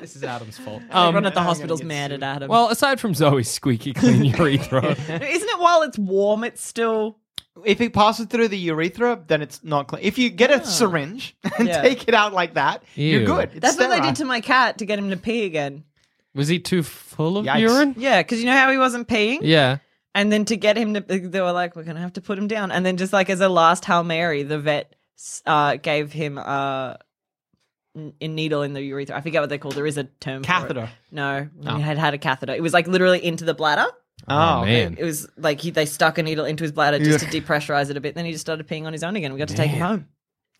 Speaker 3: this is Adam's fault.
Speaker 4: Everyone
Speaker 3: Um,
Speaker 4: at the hospital's
Speaker 5: get
Speaker 4: mad at Adam.
Speaker 3: well, aside from Zoe's squeaky clean urethra,
Speaker 4: <laughs> isn't it while it's warm, it's still
Speaker 5: if it passes through the urethra, then it's not clean. If you get a syringe <laughs> and
Speaker 4: Yeah.
Speaker 5: take it out like that, you're
Speaker 3: Ew.
Speaker 5: good. It's
Speaker 4: That's what they
Speaker 5: sterile.
Speaker 4: did to my cat to get him to pee again.
Speaker 3: was he too full of
Speaker 5: Yikes.
Speaker 3: urine?
Speaker 4: Yeah, because you know how he wasn't peeing?
Speaker 3: Yeah.
Speaker 4: And then to get him to, they were like, we're going to have to put him down. And then just like as a last Hail Mary, the vet uh, gave him uh, n- a needle in the urethra. I forget what they call There is a term for it.
Speaker 5: Catheter.
Speaker 4: No, he had had a catheter. It was like literally into the bladder.
Speaker 5: Oh,
Speaker 3: man.
Speaker 4: It was like he, they stuck a needle into his bladder just to depressurize it a bit. Then he just started peeing on his own again. We got to take him home.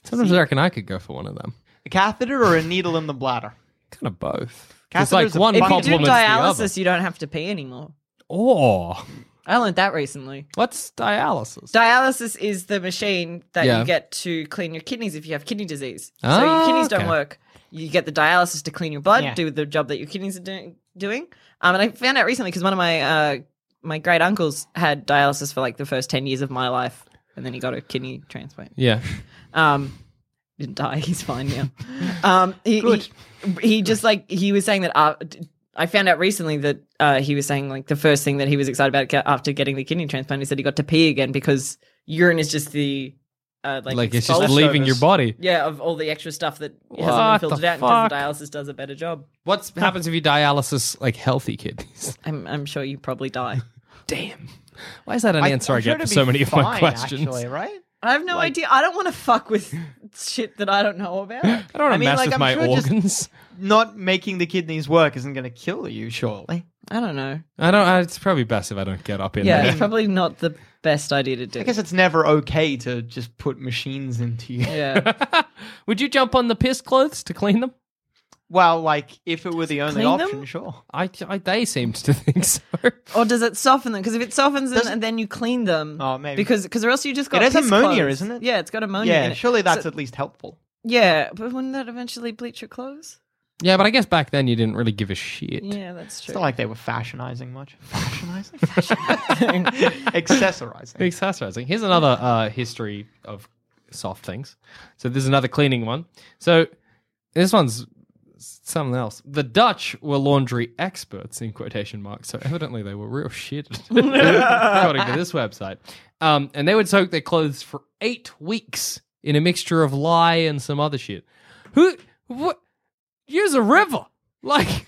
Speaker 3: Sometimes I reckon I could go for one of them.
Speaker 5: A catheter or a needle in the bladder?
Speaker 3: Kind of both. It's
Speaker 5: Catheters
Speaker 3: like
Speaker 5: are
Speaker 3: one
Speaker 5: If you do
Speaker 4: If you do
Speaker 3: complements the other.
Speaker 4: dialysis, you don't have to pee anymore.
Speaker 3: Oh,
Speaker 4: I learned that recently.
Speaker 3: what's dialysis?
Speaker 4: Dialysis is the machine that
Speaker 3: Yeah.
Speaker 4: you get to clean your kidneys if you have kidney disease. so
Speaker 3: Ah,
Speaker 4: your kidneys
Speaker 3: okay.
Speaker 4: don't work. You get the dialysis to clean your blood,
Speaker 5: Yeah.
Speaker 4: do the job that your kidneys are do- doing. Um, and I found out recently because one of my uh, my great uncles had dialysis for like the first ten years of my life, and then he got a kidney transplant.
Speaker 3: yeah.
Speaker 4: Um, didn't die. <laughs> He's
Speaker 3: <laughs>
Speaker 4: fine now. Um, he,
Speaker 5: Good.
Speaker 4: He, he just like he was saying that. Uh, d- I found out recently that uh, he was saying like the first thing that he was excited about ca- after getting the kidney transplant is that he got to pee again because urine is just the uh, like,
Speaker 3: Like it's just
Speaker 4: expulsion-
Speaker 3: leaving your body.
Speaker 4: yeah of all the extra stuff that
Speaker 3: What
Speaker 4: hasn't
Speaker 3: the
Speaker 4: been filtered out because the
Speaker 3: fuck?
Speaker 4: dialysis does a better job.
Speaker 3: What happens if you dialysis like healthy kidneys?
Speaker 4: I'm I'm
Speaker 3: <laughs>
Speaker 4: sure you probably die.
Speaker 3: Damn. Why is that an
Speaker 5: I-
Speaker 3: answer i
Speaker 5: I'm sure
Speaker 3: get for
Speaker 5: it'd
Speaker 3: so
Speaker 5: be
Speaker 3: many of my
Speaker 5: fine,
Speaker 3: questions?
Speaker 5: Actually, right?
Speaker 4: I have no idea. I don't want to fuck with shit that I don't
Speaker 3: <laughs>
Speaker 4: know about.
Speaker 3: I don't want
Speaker 5: I
Speaker 3: to
Speaker 5: mean,
Speaker 3: mess
Speaker 5: like,
Speaker 3: with
Speaker 5: I'm
Speaker 3: my
Speaker 5: sure just-
Speaker 3: organs.
Speaker 5: Not making the kidneys work isn't going to kill you, surely.
Speaker 4: I don't know.
Speaker 3: I don't. I, it's probably best if I don't get up in
Speaker 4: Yeah,
Speaker 3: there.
Speaker 4: it's probably not the best idea to do.
Speaker 5: I guess it's never okay to just put machines into you. <laughs>
Speaker 4: yeah.
Speaker 3: Would you jump on the piss clothes to clean them?
Speaker 5: Well, like if it were the only
Speaker 4: Clean them?
Speaker 5: option, sure.
Speaker 3: I, I they seemed to <laughs> think so.
Speaker 4: or does it soften them? Because if it softens them and then you clean them,
Speaker 5: Oh, maybe.
Speaker 4: because because or else you just got
Speaker 5: It has
Speaker 4: piss
Speaker 5: ammonia,
Speaker 4: clothes.
Speaker 5: isn't it?
Speaker 4: Yeah, it's got ammonia. in
Speaker 5: Yeah,
Speaker 4: it.
Speaker 5: surely that's
Speaker 4: So-
Speaker 5: at least helpful.
Speaker 4: yeah, but wouldn't that eventually bleach your clothes?
Speaker 3: yeah, but I guess back then you didn't really give a shit.
Speaker 4: Yeah, that's
Speaker 5: It's
Speaker 4: true.
Speaker 5: not like they were fashionizing much. <laughs> Fashionizing? <laughs> Accessorizing.
Speaker 3: Accessorizing. Here's another uh, history of soft things. So there's another cleaning one. So this one's something else. The Dutch were laundry experts in quotation marks, so evidently they were real shit, according to this website. Um, and they would soak their clothes for eight weeks in a mixture of lye and some other shit. Who? What? Use a river like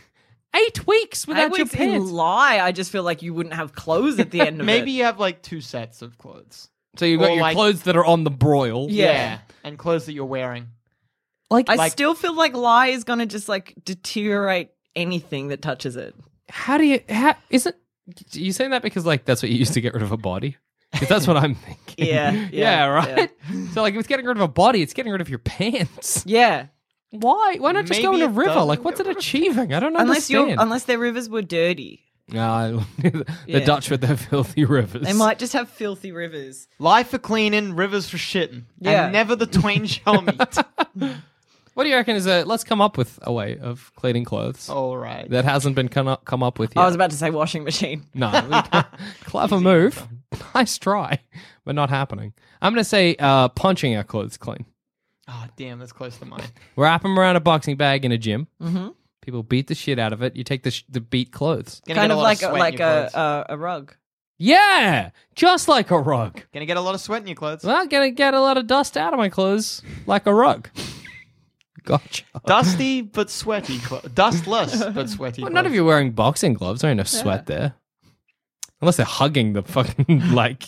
Speaker 3: eight weeks without
Speaker 4: Eight
Speaker 3: your
Speaker 4: weeks in
Speaker 3: pants.
Speaker 4: lie. I just feel like you wouldn't have clothes at the
Speaker 5: <laughs>
Speaker 4: end of
Speaker 5: Maybe uh,
Speaker 4: it.
Speaker 5: you have like two sets of clothes.
Speaker 3: so you've got
Speaker 5: or
Speaker 3: your
Speaker 5: like-
Speaker 3: clothes that are on the broil.
Speaker 4: Yeah.
Speaker 5: And clothes that you're wearing.
Speaker 3: Like,
Speaker 4: I
Speaker 3: like
Speaker 4: still feel like lie is going to just like deteriorate anything that touches it.
Speaker 3: how do you how isn't you saying that because like that's what you used to get rid of a body 'Cause that's what
Speaker 4: <laughs>
Speaker 3: i'm thinking
Speaker 4: Yeah,
Speaker 3: yeah,
Speaker 4: yeah,
Speaker 3: right so like if it's getting rid of a body it's getting rid of your pants
Speaker 4: Yeah,
Speaker 3: why why not just go in
Speaker 5: Maybe
Speaker 3: a
Speaker 5: it
Speaker 3: river
Speaker 5: doesn't
Speaker 3: like what's
Speaker 5: get
Speaker 3: it
Speaker 5: rid of-
Speaker 3: achieving i don't
Speaker 4: unless you
Speaker 3: understand
Speaker 4: unless their rivers were dirty,
Speaker 3: No, <laughs> the
Speaker 4: Yeah.
Speaker 3: dutch with their filthy rivers
Speaker 4: they might just have filthy rivers.
Speaker 5: Life for cleaning, rivers for shitting.
Speaker 4: Yeah.
Speaker 5: And never
Speaker 3: <laughs>
Speaker 5: the twain shall meet.
Speaker 3: what do you reckon is a let's come up with a way of cleaning clothes
Speaker 5: All right.
Speaker 3: that hasn't been come up, come up with yet
Speaker 4: I was about to say washing machine.
Speaker 5: <laughs>
Speaker 3: No, clever move. <laughs> Nice try, but not happening. I'm going to say uh, punching our clothes clean.
Speaker 5: Oh, damn, that's close to mine.
Speaker 3: <laughs> Wrap them around a boxing bag in a gym. Mm-hmm. People beat the shit out of it. You take the, sh- the beat clothes.
Speaker 5: Gonna
Speaker 4: kind
Speaker 5: get
Speaker 4: of
Speaker 5: a lot
Speaker 4: like
Speaker 5: sweat in
Speaker 4: like
Speaker 5: your
Speaker 4: a, uh,
Speaker 5: clothes.
Speaker 4: a a rug.
Speaker 3: Yeah, just like a rug.
Speaker 5: Gonna get a lot of sweat in your clothes.
Speaker 3: Well, gonna get a lot of dust out of my clothes like a
Speaker 5: <laughs>
Speaker 3: rug. Gotcha.
Speaker 5: Dusty but sweaty. Clo- dustless but sweaty.
Speaker 3: Well, none of
Speaker 5: clothes.
Speaker 3: you are wearing boxing gloves. There ain't no sweat there, unless they're hugging the fucking <laughs> like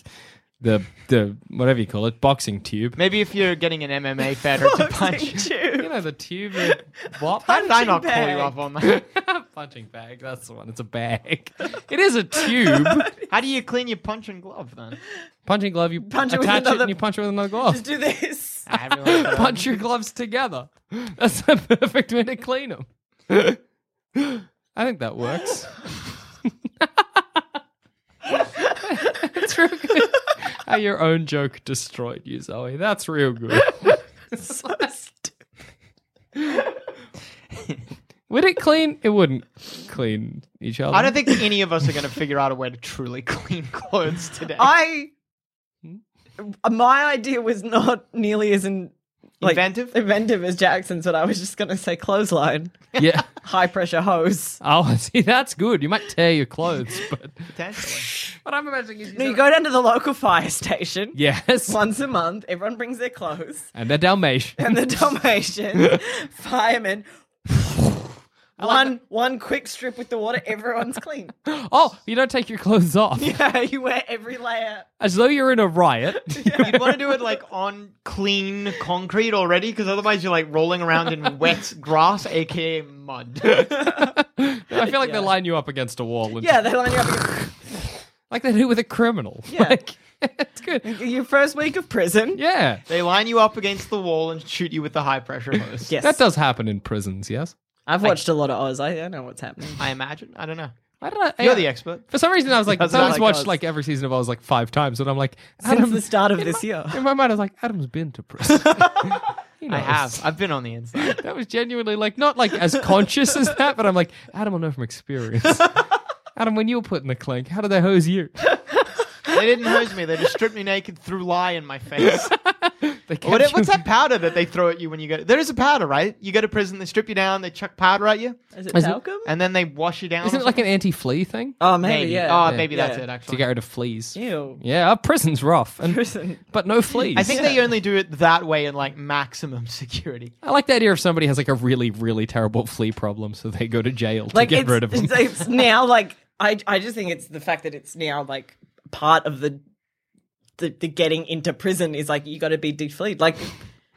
Speaker 3: the the whatever you call it boxing tube.
Speaker 5: Maybe if you're getting an MMA fighter to punch.
Speaker 3: <laughs> You know the tube. that bop.
Speaker 5: How did I not call
Speaker 4: bag.
Speaker 5: you up on that?
Speaker 3: <laughs> punching bag. That's the one. It's a bag. It is a
Speaker 4: <laughs>
Speaker 3: tube.
Speaker 5: How do you clean your punch and glove then?
Speaker 3: punching glove. You
Speaker 4: Punch it with
Speaker 3: attach it,
Speaker 4: another-
Speaker 3: and you punch it with another glove.
Speaker 4: Just
Speaker 3: <laughs>
Speaker 4: do this. <laughs>
Speaker 5: I really thought-
Speaker 3: punch your gloves together. That's the <laughs> perfect way to clean them.
Speaker 5: <laughs>
Speaker 3: I think that works. it's real good. How your own joke destroyed you, Zoe. That's real good. Would it clean? It wouldn't
Speaker 5: <laughs>
Speaker 3: clean each other.
Speaker 5: I don't think any of us are going to figure out a way to truly <laughs> clean clothes today.
Speaker 4: I my idea was not nearly as in, like,
Speaker 5: Inventive?
Speaker 4: inventive as Jackson's, but I was just gonna say clothesline,
Speaker 3: Yeah.
Speaker 4: high pressure hose.
Speaker 3: Oh, see, that's good. You might tear your clothes, but
Speaker 5: <laughs> Potentially.
Speaker 3: what I'm imagining is
Speaker 4: No, you go down to the local fire station.
Speaker 3: yes,
Speaker 4: Once a month, everyone brings their clothes
Speaker 3: and a Dalmatian.
Speaker 4: and the
Speaker 3: <laughs>
Speaker 4: Dalmatian firemen. One one quick strip with the water, everyone's clean.
Speaker 3: <laughs> Oh, you don't take your clothes off
Speaker 4: <laughs> Yeah, you wear every layer.
Speaker 3: as though you're in a riot.
Speaker 5: You'd want to do it like on clean concrete already, because otherwise you're like rolling around
Speaker 4: <laughs>
Speaker 5: in wet grass, aka mud. <laughs>
Speaker 3: I feel like they line you up against a wall. And
Speaker 4: Yeah, they line you up. against-
Speaker 3: like they do with a criminal.
Speaker 4: Yeah.
Speaker 3: Like, it's good.
Speaker 4: Your first week of prison.
Speaker 3: Yeah,
Speaker 5: They line you up against the wall and shoot you with the
Speaker 3: <laughs>
Speaker 5: high pressure hose.
Speaker 4: Yes.
Speaker 3: that does happen in prisons. Yes,
Speaker 4: I've watched a lot of Oz. I, I know what's
Speaker 3: <laughs>
Speaker 4: happening.
Speaker 5: I imagine. I don't know.
Speaker 3: I don't know.
Speaker 5: You're
Speaker 3: yeah.
Speaker 5: the expert.
Speaker 3: For some reason, I was like,
Speaker 5: That's
Speaker 3: Zoe's
Speaker 5: like
Speaker 3: watched
Speaker 5: us.
Speaker 3: like every season of Oz like five times, and I'm like,
Speaker 4: <laughs> Since
Speaker 3: Adam-
Speaker 4: the start of
Speaker 3: in
Speaker 4: this
Speaker 3: my-
Speaker 4: year.
Speaker 3: In my mind, I was like, Adam's been to prison. He
Speaker 5: I
Speaker 3: knows.
Speaker 5: have. I've been on the
Speaker 3: <laughs>
Speaker 5: inside.
Speaker 3: That was genuinely like not like
Speaker 4: <laughs>
Speaker 3: as conscious as that, but I'm like, Adam will know from experience. Adam, when you were put in the clink, how did they hose you?
Speaker 5: They didn't hose me. They just stripped me naked, threw lye in my face.
Speaker 3: <laughs> They
Speaker 5: What,
Speaker 3: kept you-
Speaker 5: what's that powder that they throw at you when you go? There is a powder, right? You go to prison, they strip you down, they chuck powder at you,
Speaker 4: Is it
Speaker 3: Is it-
Speaker 4: talcum?
Speaker 5: and then they wash you down.
Speaker 3: Isn't
Speaker 5: or
Speaker 3: it like an anti-flea thing?
Speaker 4: Oh,
Speaker 5: something?
Speaker 4: maybe, yeah.
Speaker 5: Oh, maybe that's
Speaker 4: Yeah.
Speaker 5: it.
Speaker 3: to
Speaker 5: Actually,
Speaker 3: get rid of fleas.
Speaker 4: Ew.
Speaker 3: Yeah, our prison's rough, and
Speaker 4: <laughs> Prison.
Speaker 3: but no fleas.
Speaker 5: I think they only do it that way in like maximum <laughs> security.
Speaker 3: I like the idea if somebody has like a really, really terrible flea problem, so they go to jail to
Speaker 4: <laughs> Like
Speaker 3: get
Speaker 4: it's,
Speaker 3: rid of them.
Speaker 4: it's, it's now like I I just think it's the fact that it's now like part of the the, the getting into prison is like you got to be defleed. Like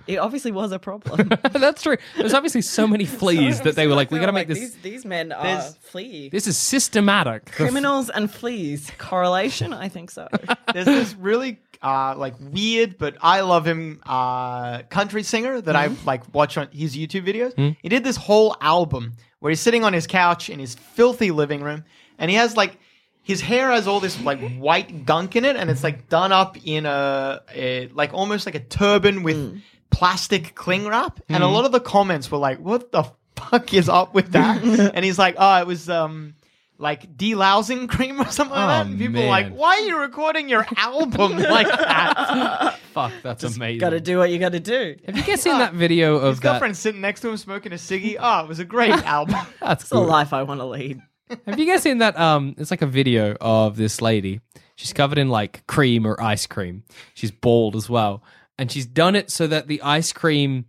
Speaker 4: it obviously was a
Speaker 3: <laughs>
Speaker 4: problem.
Speaker 3: <laughs> That's true. There's obviously so
Speaker 5: <laughs>
Speaker 3: many fleas that they were like, we got to
Speaker 4: I'm
Speaker 3: make this.
Speaker 4: These, these men are
Speaker 5: There's-
Speaker 4: flea
Speaker 3: This <laughs> is systematic.
Speaker 4: criminals and fleas correlation. I think so.
Speaker 5: There's this really uh, like weird, but I love him uh, country singer that I like watch on his YouTube videos. He did this whole album where he's sitting on his couch in his filthy living room, and he has like his hair has all this like white gunk in it, and it's like done up in a, a like almost like a turban with plastic cling wrap. And a lot of the comments were like, "What the fuck is up with that?" and he's like, "Oh, it was." um like delousing <laughs> cream or something like that.
Speaker 3: Oh,
Speaker 5: And people were
Speaker 3: man.
Speaker 5: like, why are you
Speaker 3: <laughs>
Speaker 5: recording your album like that?
Speaker 3: Fuck, that's <laughs> amazing.
Speaker 4: got to do what you got to do.
Speaker 3: Have you guys seen that video of
Speaker 5: His
Speaker 3: that?
Speaker 5: girlfriend's sitting next to him smoking a ciggy. Oh, it was
Speaker 3: <laughs>
Speaker 5: a great album.
Speaker 3: That's
Speaker 4: It's the
Speaker 3: good.
Speaker 4: life I want to lead.
Speaker 3: Have you guys seen that? Um, it's like a video of this lady. She's covered in like cream or ice cream. She's bald as well, and she's done it so that the ice cream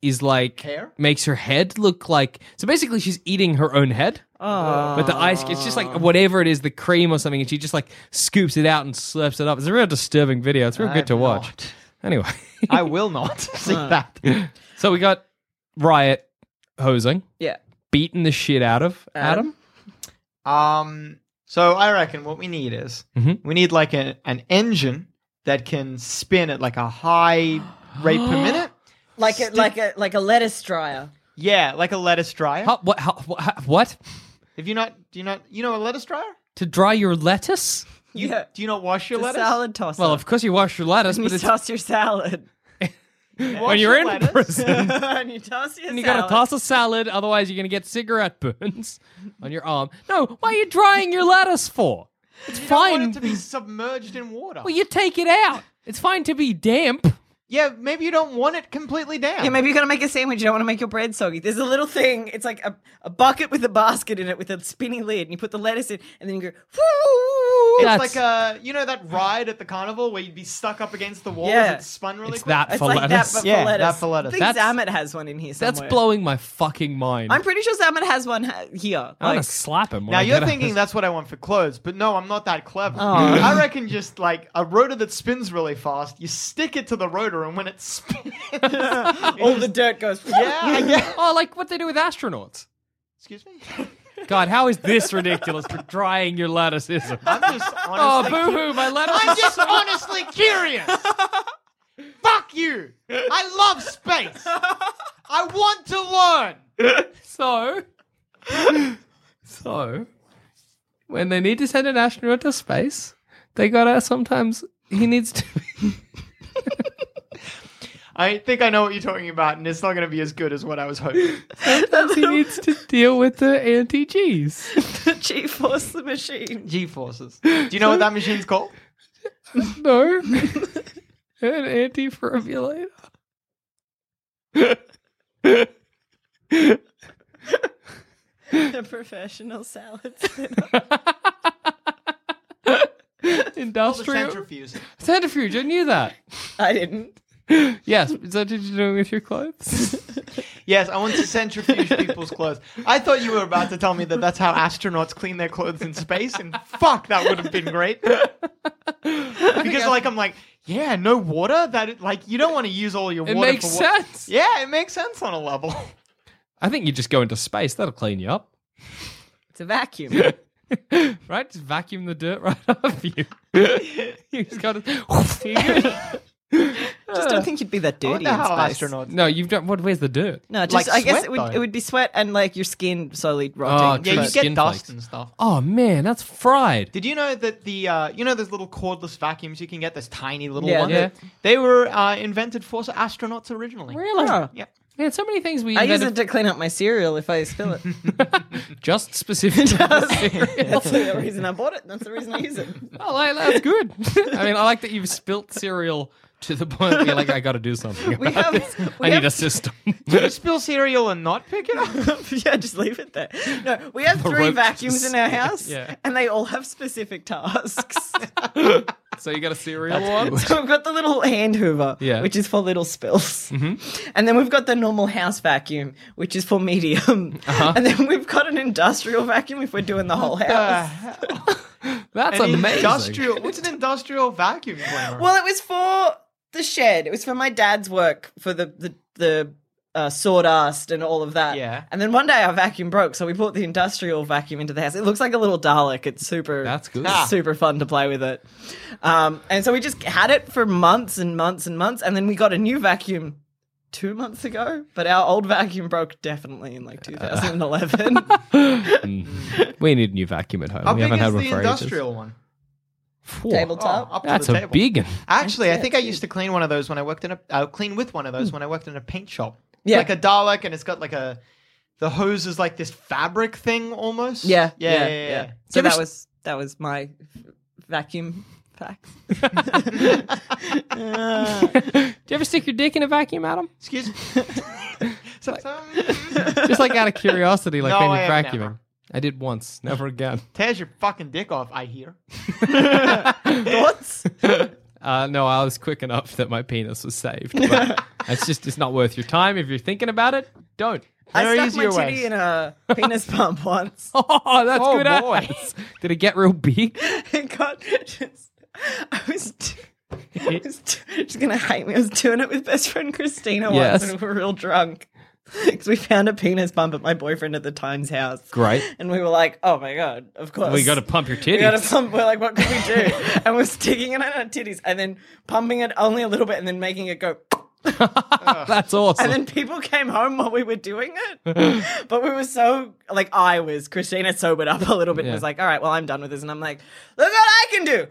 Speaker 3: is like
Speaker 5: Hair?
Speaker 3: makes her head look like. So basically, she's eating her own head.
Speaker 4: Oh,
Speaker 3: But the ice, it's just like whatever it is, the cream or something, and she just like scoops it out and slurps it up. It's a real disturbing video. It's real good to
Speaker 5: I'm
Speaker 3: watch.
Speaker 5: not.
Speaker 3: Anyway,
Speaker 5: I will not <laughs> see that.
Speaker 3: so we got riot hosing,
Speaker 4: yeah.
Speaker 3: beating the shit out of Adam.
Speaker 5: Um, so I reckon what we need is
Speaker 3: Mhm.
Speaker 5: we need like an an engine that can spin at like a high rate
Speaker 3: <gasps>
Speaker 5: per minute.
Speaker 4: Like a, like a like a lettuce dryer.
Speaker 5: Yeah, like a lettuce dryer.
Speaker 3: How, what, how, what? What?
Speaker 5: If you not, do you not, you know a lettuce dryer?
Speaker 3: To dry your lettuce?
Speaker 5: You,
Speaker 4: yeah,
Speaker 5: Do you not wash your
Speaker 4: it's a
Speaker 5: lettuce?
Speaker 4: salad tosser.
Speaker 3: Well, of course <laughs> you wash your lettuce,
Speaker 4: and
Speaker 3: but
Speaker 4: you
Speaker 3: it's,
Speaker 4: toss your salad.
Speaker 5: You
Speaker 3: when
Speaker 5: wash
Speaker 3: Oh, you're
Speaker 5: your
Speaker 3: in
Speaker 5: lettuce.
Speaker 3: prison,
Speaker 4: and you toss your
Speaker 3: and you
Speaker 4: salad.
Speaker 3: gotta toss a salad, otherwise you're gonna get cigarette burns <laughs> on your arm. No, why are you drying your lettuce for? It's
Speaker 5: You don't want
Speaker 3: fine.
Speaker 5: it to be submerged in water.
Speaker 3: <laughs> Well, you take it out. It's fine to be damp.
Speaker 5: Yeah, maybe you don't want it completely down.
Speaker 4: Yeah, maybe you're gonna make a sandwich. You don't want to make your bread soggy. There's a little thing. It's like a, a bucket with a basket in it with a spinny lid, and you put the lettuce in, and then you go. Woo!
Speaker 5: it's
Speaker 3: That's-
Speaker 5: like uh you know that ride at the carnival where you'd be stuck up against the wall
Speaker 4: Yeah.
Speaker 5: as it spun really
Speaker 3: It's
Speaker 5: quick.
Speaker 3: that
Speaker 4: It's
Speaker 3: for
Speaker 4: like
Speaker 3: lettuce.
Speaker 4: that, but for
Speaker 5: Yeah, that
Speaker 4: lettuce.
Speaker 5: for lettuce.
Speaker 4: I think
Speaker 3: That's-
Speaker 4: Zamet has one in here somewhere.
Speaker 3: That's blowing my fucking mind.
Speaker 4: I'm pretty sure Zamet has one ha- here.
Speaker 3: I'm gonna
Speaker 4: Like,
Speaker 3: slap him. when
Speaker 5: Now
Speaker 3: I
Speaker 5: you're
Speaker 3: get out.
Speaker 5: thinking that's what I want for clothes, but no, I'm not that clever.
Speaker 4: Oh.
Speaker 5: I reckon just like a rotor that spins really fast, you stick it to the rotor, and when it spins, <laughs>
Speaker 4: all the dirt goes. <laughs>
Speaker 5: yeah, I guess.
Speaker 3: Oh, like what they do with astronauts.
Speaker 5: Excuse me.
Speaker 3: God, how is this ridiculous for drying your lettuce? Isn't?
Speaker 5: I'm just
Speaker 4: <laughs>
Speaker 3: Oh,
Speaker 5: honestly.
Speaker 3: boo hoo, my lettuce.
Speaker 5: I'm
Speaker 3: is
Speaker 5: just
Speaker 3: so-
Speaker 5: honestly curious. Fuck you. I love space. I want to learn.
Speaker 3: So, so, when they need to send an astronaut to space, they gotta sometimes he needs to. <laughs>
Speaker 5: I think I know what you're talking about, and it's not going to be as good as what I was hoping.
Speaker 3: Sometimes he needs to deal with the anti G's.
Speaker 4: G force the machine.
Speaker 5: G forces.
Speaker 4: <laughs>
Speaker 5: Do you know what that machine's called?
Speaker 3: No, <laughs> an anti formulator.
Speaker 4: The professional
Speaker 5: <laughs>
Speaker 4: salad. spinner.
Speaker 5: The
Speaker 3: Industrial
Speaker 5: centrifuge.
Speaker 3: centrifuge. I knew that.
Speaker 4: I didn't.
Speaker 3: Yes, is that what you're doing with your clothes?
Speaker 5: Yes, I want to centrifuge people's clothes. I thought you were about to tell me that that's how astronauts clean their clothes in space, and fuck, that would have
Speaker 3: <laughs>
Speaker 5: been great. Because like I'm like, yeah, no water. That it- like you don't want to use all your
Speaker 3: It
Speaker 5: water.
Speaker 3: makes
Speaker 5: for wa-
Speaker 3: sense.
Speaker 5: Yeah, it makes sense on a level.
Speaker 3: I think you just go into space. That'll clean you up,
Speaker 4: It's a vacuum.
Speaker 3: right? Just vacuum the dirt right off you. you just got to.
Speaker 4: Just don't think you'd be that
Speaker 5: I
Speaker 4: dirty
Speaker 5: wonder
Speaker 4: in
Speaker 5: how
Speaker 4: space.
Speaker 5: astronauts.
Speaker 3: No, you've done. What? Where's the dirt?
Speaker 4: No, just
Speaker 5: Like
Speaker 4: I guess
Speaker 5: sweat,
Speaker 4: it would,
Speaker 5: though.
Speaker 4: it would be sweat and like your skin slowly rotting.
Speaker 5: Yeah,
Speaker 3: Oh, true.
Speaker 5: you
Speaker 4: But-
Speaker 5: get
Speaker 3: Skin
Speaker 5: dust
Speaker 3: flakes.
Speaker 5: and stuff.
Speaker 3: Oh man, that's fried.
Speaker 5: Did you know that the uh, you know those little cordless vacuums you can get, those tiny little
Speaker 4: Yeah,
Speaker 5: ones?
Speaker 3: yeah.
Speaker 5: They were uh, invented for astronauts originally.
Speaker 3: Really?
Speaker 4: Oh.
Speaker 5: Yeah.
Speaker 3: Man, so many things we
Speaker 4: I use it
Speaker 3: invented
Speaker 4: to clean up my cereal if I
Speaker 3: <laughs>
Speaker 4: spill it.
Speaker 3: just specifically.
Speaker 5: <laughs>
Speaker 4: That's the reason I bought it. That's the reason I use it.
Speaker 3: <laughs> Oh, I like that's good. <laughs> I mean, I like that you've spilt cereal to the point where you're like, I got to do something.
Speaker 4: We
Speaker 3: about
Speaker 4: have-
Speaker 3: this.
Speaker 4: we
Speaker 3: I need
Speaker 4: have-
Speaker 3: a system.
Speaker 5: You spill cereal and not pick it up?
Speaker 4: <laughs> yeah, just leave it there. No,
Speaker 3: <laughs>
Speaker 4: we have three
Speaker 3: roach
Speaker 4: vacuums in our house,
Speaker 3: Yeah.
Speaker 4: and they all have specific
Speaker 3: <laughs>
Speaker 4: tasks.
Speaker 3: <laughs>
Speaker 4: <laughs>
Speaker 3: so you got a cereal one.
Speaker 4: so we've got the little hand hoover,
Speaker 3: Yeah. Mm-hmm.
Speaker 4: which is for little spills, and then we've got the normal house vacuum, which is for
Speaker 3: Uh-huh.
Speaker 4: <laughs> medium, and then we've got an industrial vacuum if we're doing the whole house.
Speaker 3: <laughs> That's
Speaker 5: an
Speaker 3: amazing.
Speaker 5: Industrial. What's an industrial vacuum cleaner?
Speaker 4: Well, it was for the shed. It was for my dad's work for the the, the uh, sawdust and all of that.
Speaker 5: Yeah.
Speaker 4: And then one day our vacuum broke, so we brought the industrial vacuum into the house. It looks like a little Dalek. It's super.
Speaker 3: That's good.
Speaker 4: it's super fun to play with it. Um, and so we just had it for months and months and months, and then we got a new vacuum. Two months ago, but our old vacuum broke definitely in
Speaker 3: Uh,
Speaker 4: like 2011.
Speaker 3: <laughs>
Speaker 4: <laughs>
Speaker 3: We need a new vacuum at home.
Speaker 5: How
Speaker 3: we
Speaker 5: big
Speaker 3: haven't
Speaker 5: is
Speaker 3: had one
Speaker 5: the
Speaker 3: for ages.
Speaker 5: industrial one?
Speaker 3: Whoa.
Speaker 5: Oh,
Speaker 4: Tabletop.
Speaker 5: up to
Speaker 3: That's
Speaker 5: the
Speaker 3: a
Speaker 5: table.
Speaker 3: big one. <laughs>
Speaker 5: Actually, I think I used to clean one of those when I worked in a. I cleaned with one of
Speaker 3: Hmm.
Speaker 5: those when I worked in a paint shop. It's
Speaker 4: Yeah.
Speaker 5: like a Dalek, and it's got like a. The hose is like this fabric thing almost.
Speaker 4: Yeah,
Speaker 5: yeah, yeah. yeah, yeah.
Speaker 4: So that was that was my v- vacuum pack.
Speaker 3: Do you ever stick your dick in a vacuum, Adam?
Speaker 5: Excuse me.
Speaker 3: <laughs>
Speaker 5: So-
Speaker 3: Just like out of curiosity, like
Speaker 5: No,
Speaker 3: when
Speaker 5: I
Speaker 3: you're
Speaker 5: have
Speaker 3: vacuuming.
Speaker 5: never.
Speaker 3: I did once, never again.
Speaker 5: <laughs> Tears your fucking dick off,
Speaker 3: <laughs>
Speaker 5: I hear.
Speaker 4: <laughs> Thoughts?
Speaker 3: Uh, no, I was quick enough that my penis was saved. But it's just it's not worth your time. If you're thinking about it, don't.
Speaker 5: There
Speaker 4: I
Speaker 5: is
Speaker 4: stuck my
Speaker 5: your
Speaker 4: titty
Speaker 5: ways.
Speaker 4: in a penis pump once.
Speaker 3: Oh, that's
Speaker 5: Oh,
Speaker 3: good
Speaker 5: boy.
Speaker 3: ass. Did it get real big? <laughs>
Speaker 4: <laughs> It got just. I was. T- I was t- she's gonna hate me. I was doing it with best friend Christina
Speaker 3: Yes.
Speaker 4: once, and we were real drunk <laughs> because we found a penis pump at my boyfriend at the time's house.
Speaker 3: Great.
Speaker 4: And we were like, "Oh my god, of course."
Speaker 3: We got to pump your
Speaker 4: We
Speaker 3: titties.
Speaker 4: got to pump. We're like, what could we
Speaker 3: <laughs>
Speaker 4: do? and we're sticking it on our titties, and then pumping it only a little bit, and then making it go.
Speaker 3: that's awesome.
Speaker 4: And then people came home while we were doing
Speaker 5: <laughs>
Speaker 4: it. but we were so like I was Christina sobered up a little bit
Speaker 3: Yeah.
Speaker 4: and was like, all right, well I'm done with this. And I'm like, look what I can
Speaker 5: <laughs>
Speaker 4: do.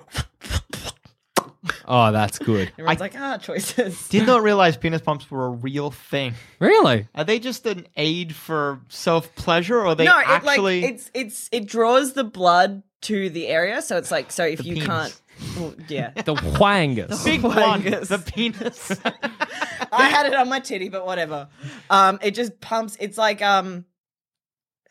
Speaker 3: oh, that's good.
Speaker 4: Everyone's like, ah, choices.
Speaker 5: Did not realize penis pumps were a real thing.
Speaker 3: Really?
Speaker 5: Are they just an aid for self pleasure, or are they
Speaker 4: no, it
Speaker 5: actually?
Speaker 4: like it's it's it draws the blood to the area, so it's
Speaker 5: <sighs>
Speaker 4: like so if you
Speaker 5: penis.
Speaker 4: can't well, yeah.
Speaker 3: The whangus.
Speaker 4: <laughs>
Speaker 5: <laughs> big
Speaker 4: Oh my
Speaker 5: one.
Speaker 4: goodness.
Speaker 5: The <laughs> penis.
Speaker 4: I had it on my titty, but whatever. Um it just pumps it's like um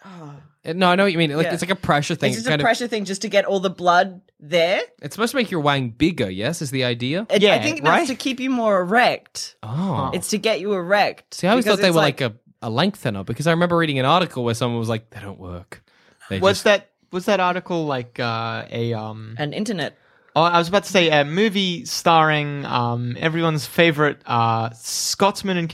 Speaker 4: oh.
Speaker 3: no, I know what you mean. Like
Speaker 4: Yeah.
Speaker 3: it's like a pressure thing.
Speaker 4: it's just
Speaker 3: Kind
Speaker 4: a
Speaker 3: of-
Speaker 4: pressure thing just to get all the blood there.
Speaker 3: it's supposed to make your wang bigger. Yes, is the idea.
Speaker 4: It,
Speaker 5: Yeah,
Speaker 4: I think
Speaker 5: right?
Speaker 4: that's to keep you more erect.
Speaker 3: Oh,
Speaker 4: It's to get you erect.
Speaker 3: see, I always
Speaker 4: because
Speaker 3: thought they
Speaker 4: it's
Speaker 3: were like, a, a lengthener because I remember reading an article where someone was like, they don't work. They
Speaker 5: was
Speaker 3: just-
Speaker 5: that was that article like uh, a um?
Speaker 4: an internet
Speaker 5: Oh, I was about to say a movie starring um everyone's favorite uh Scotsman and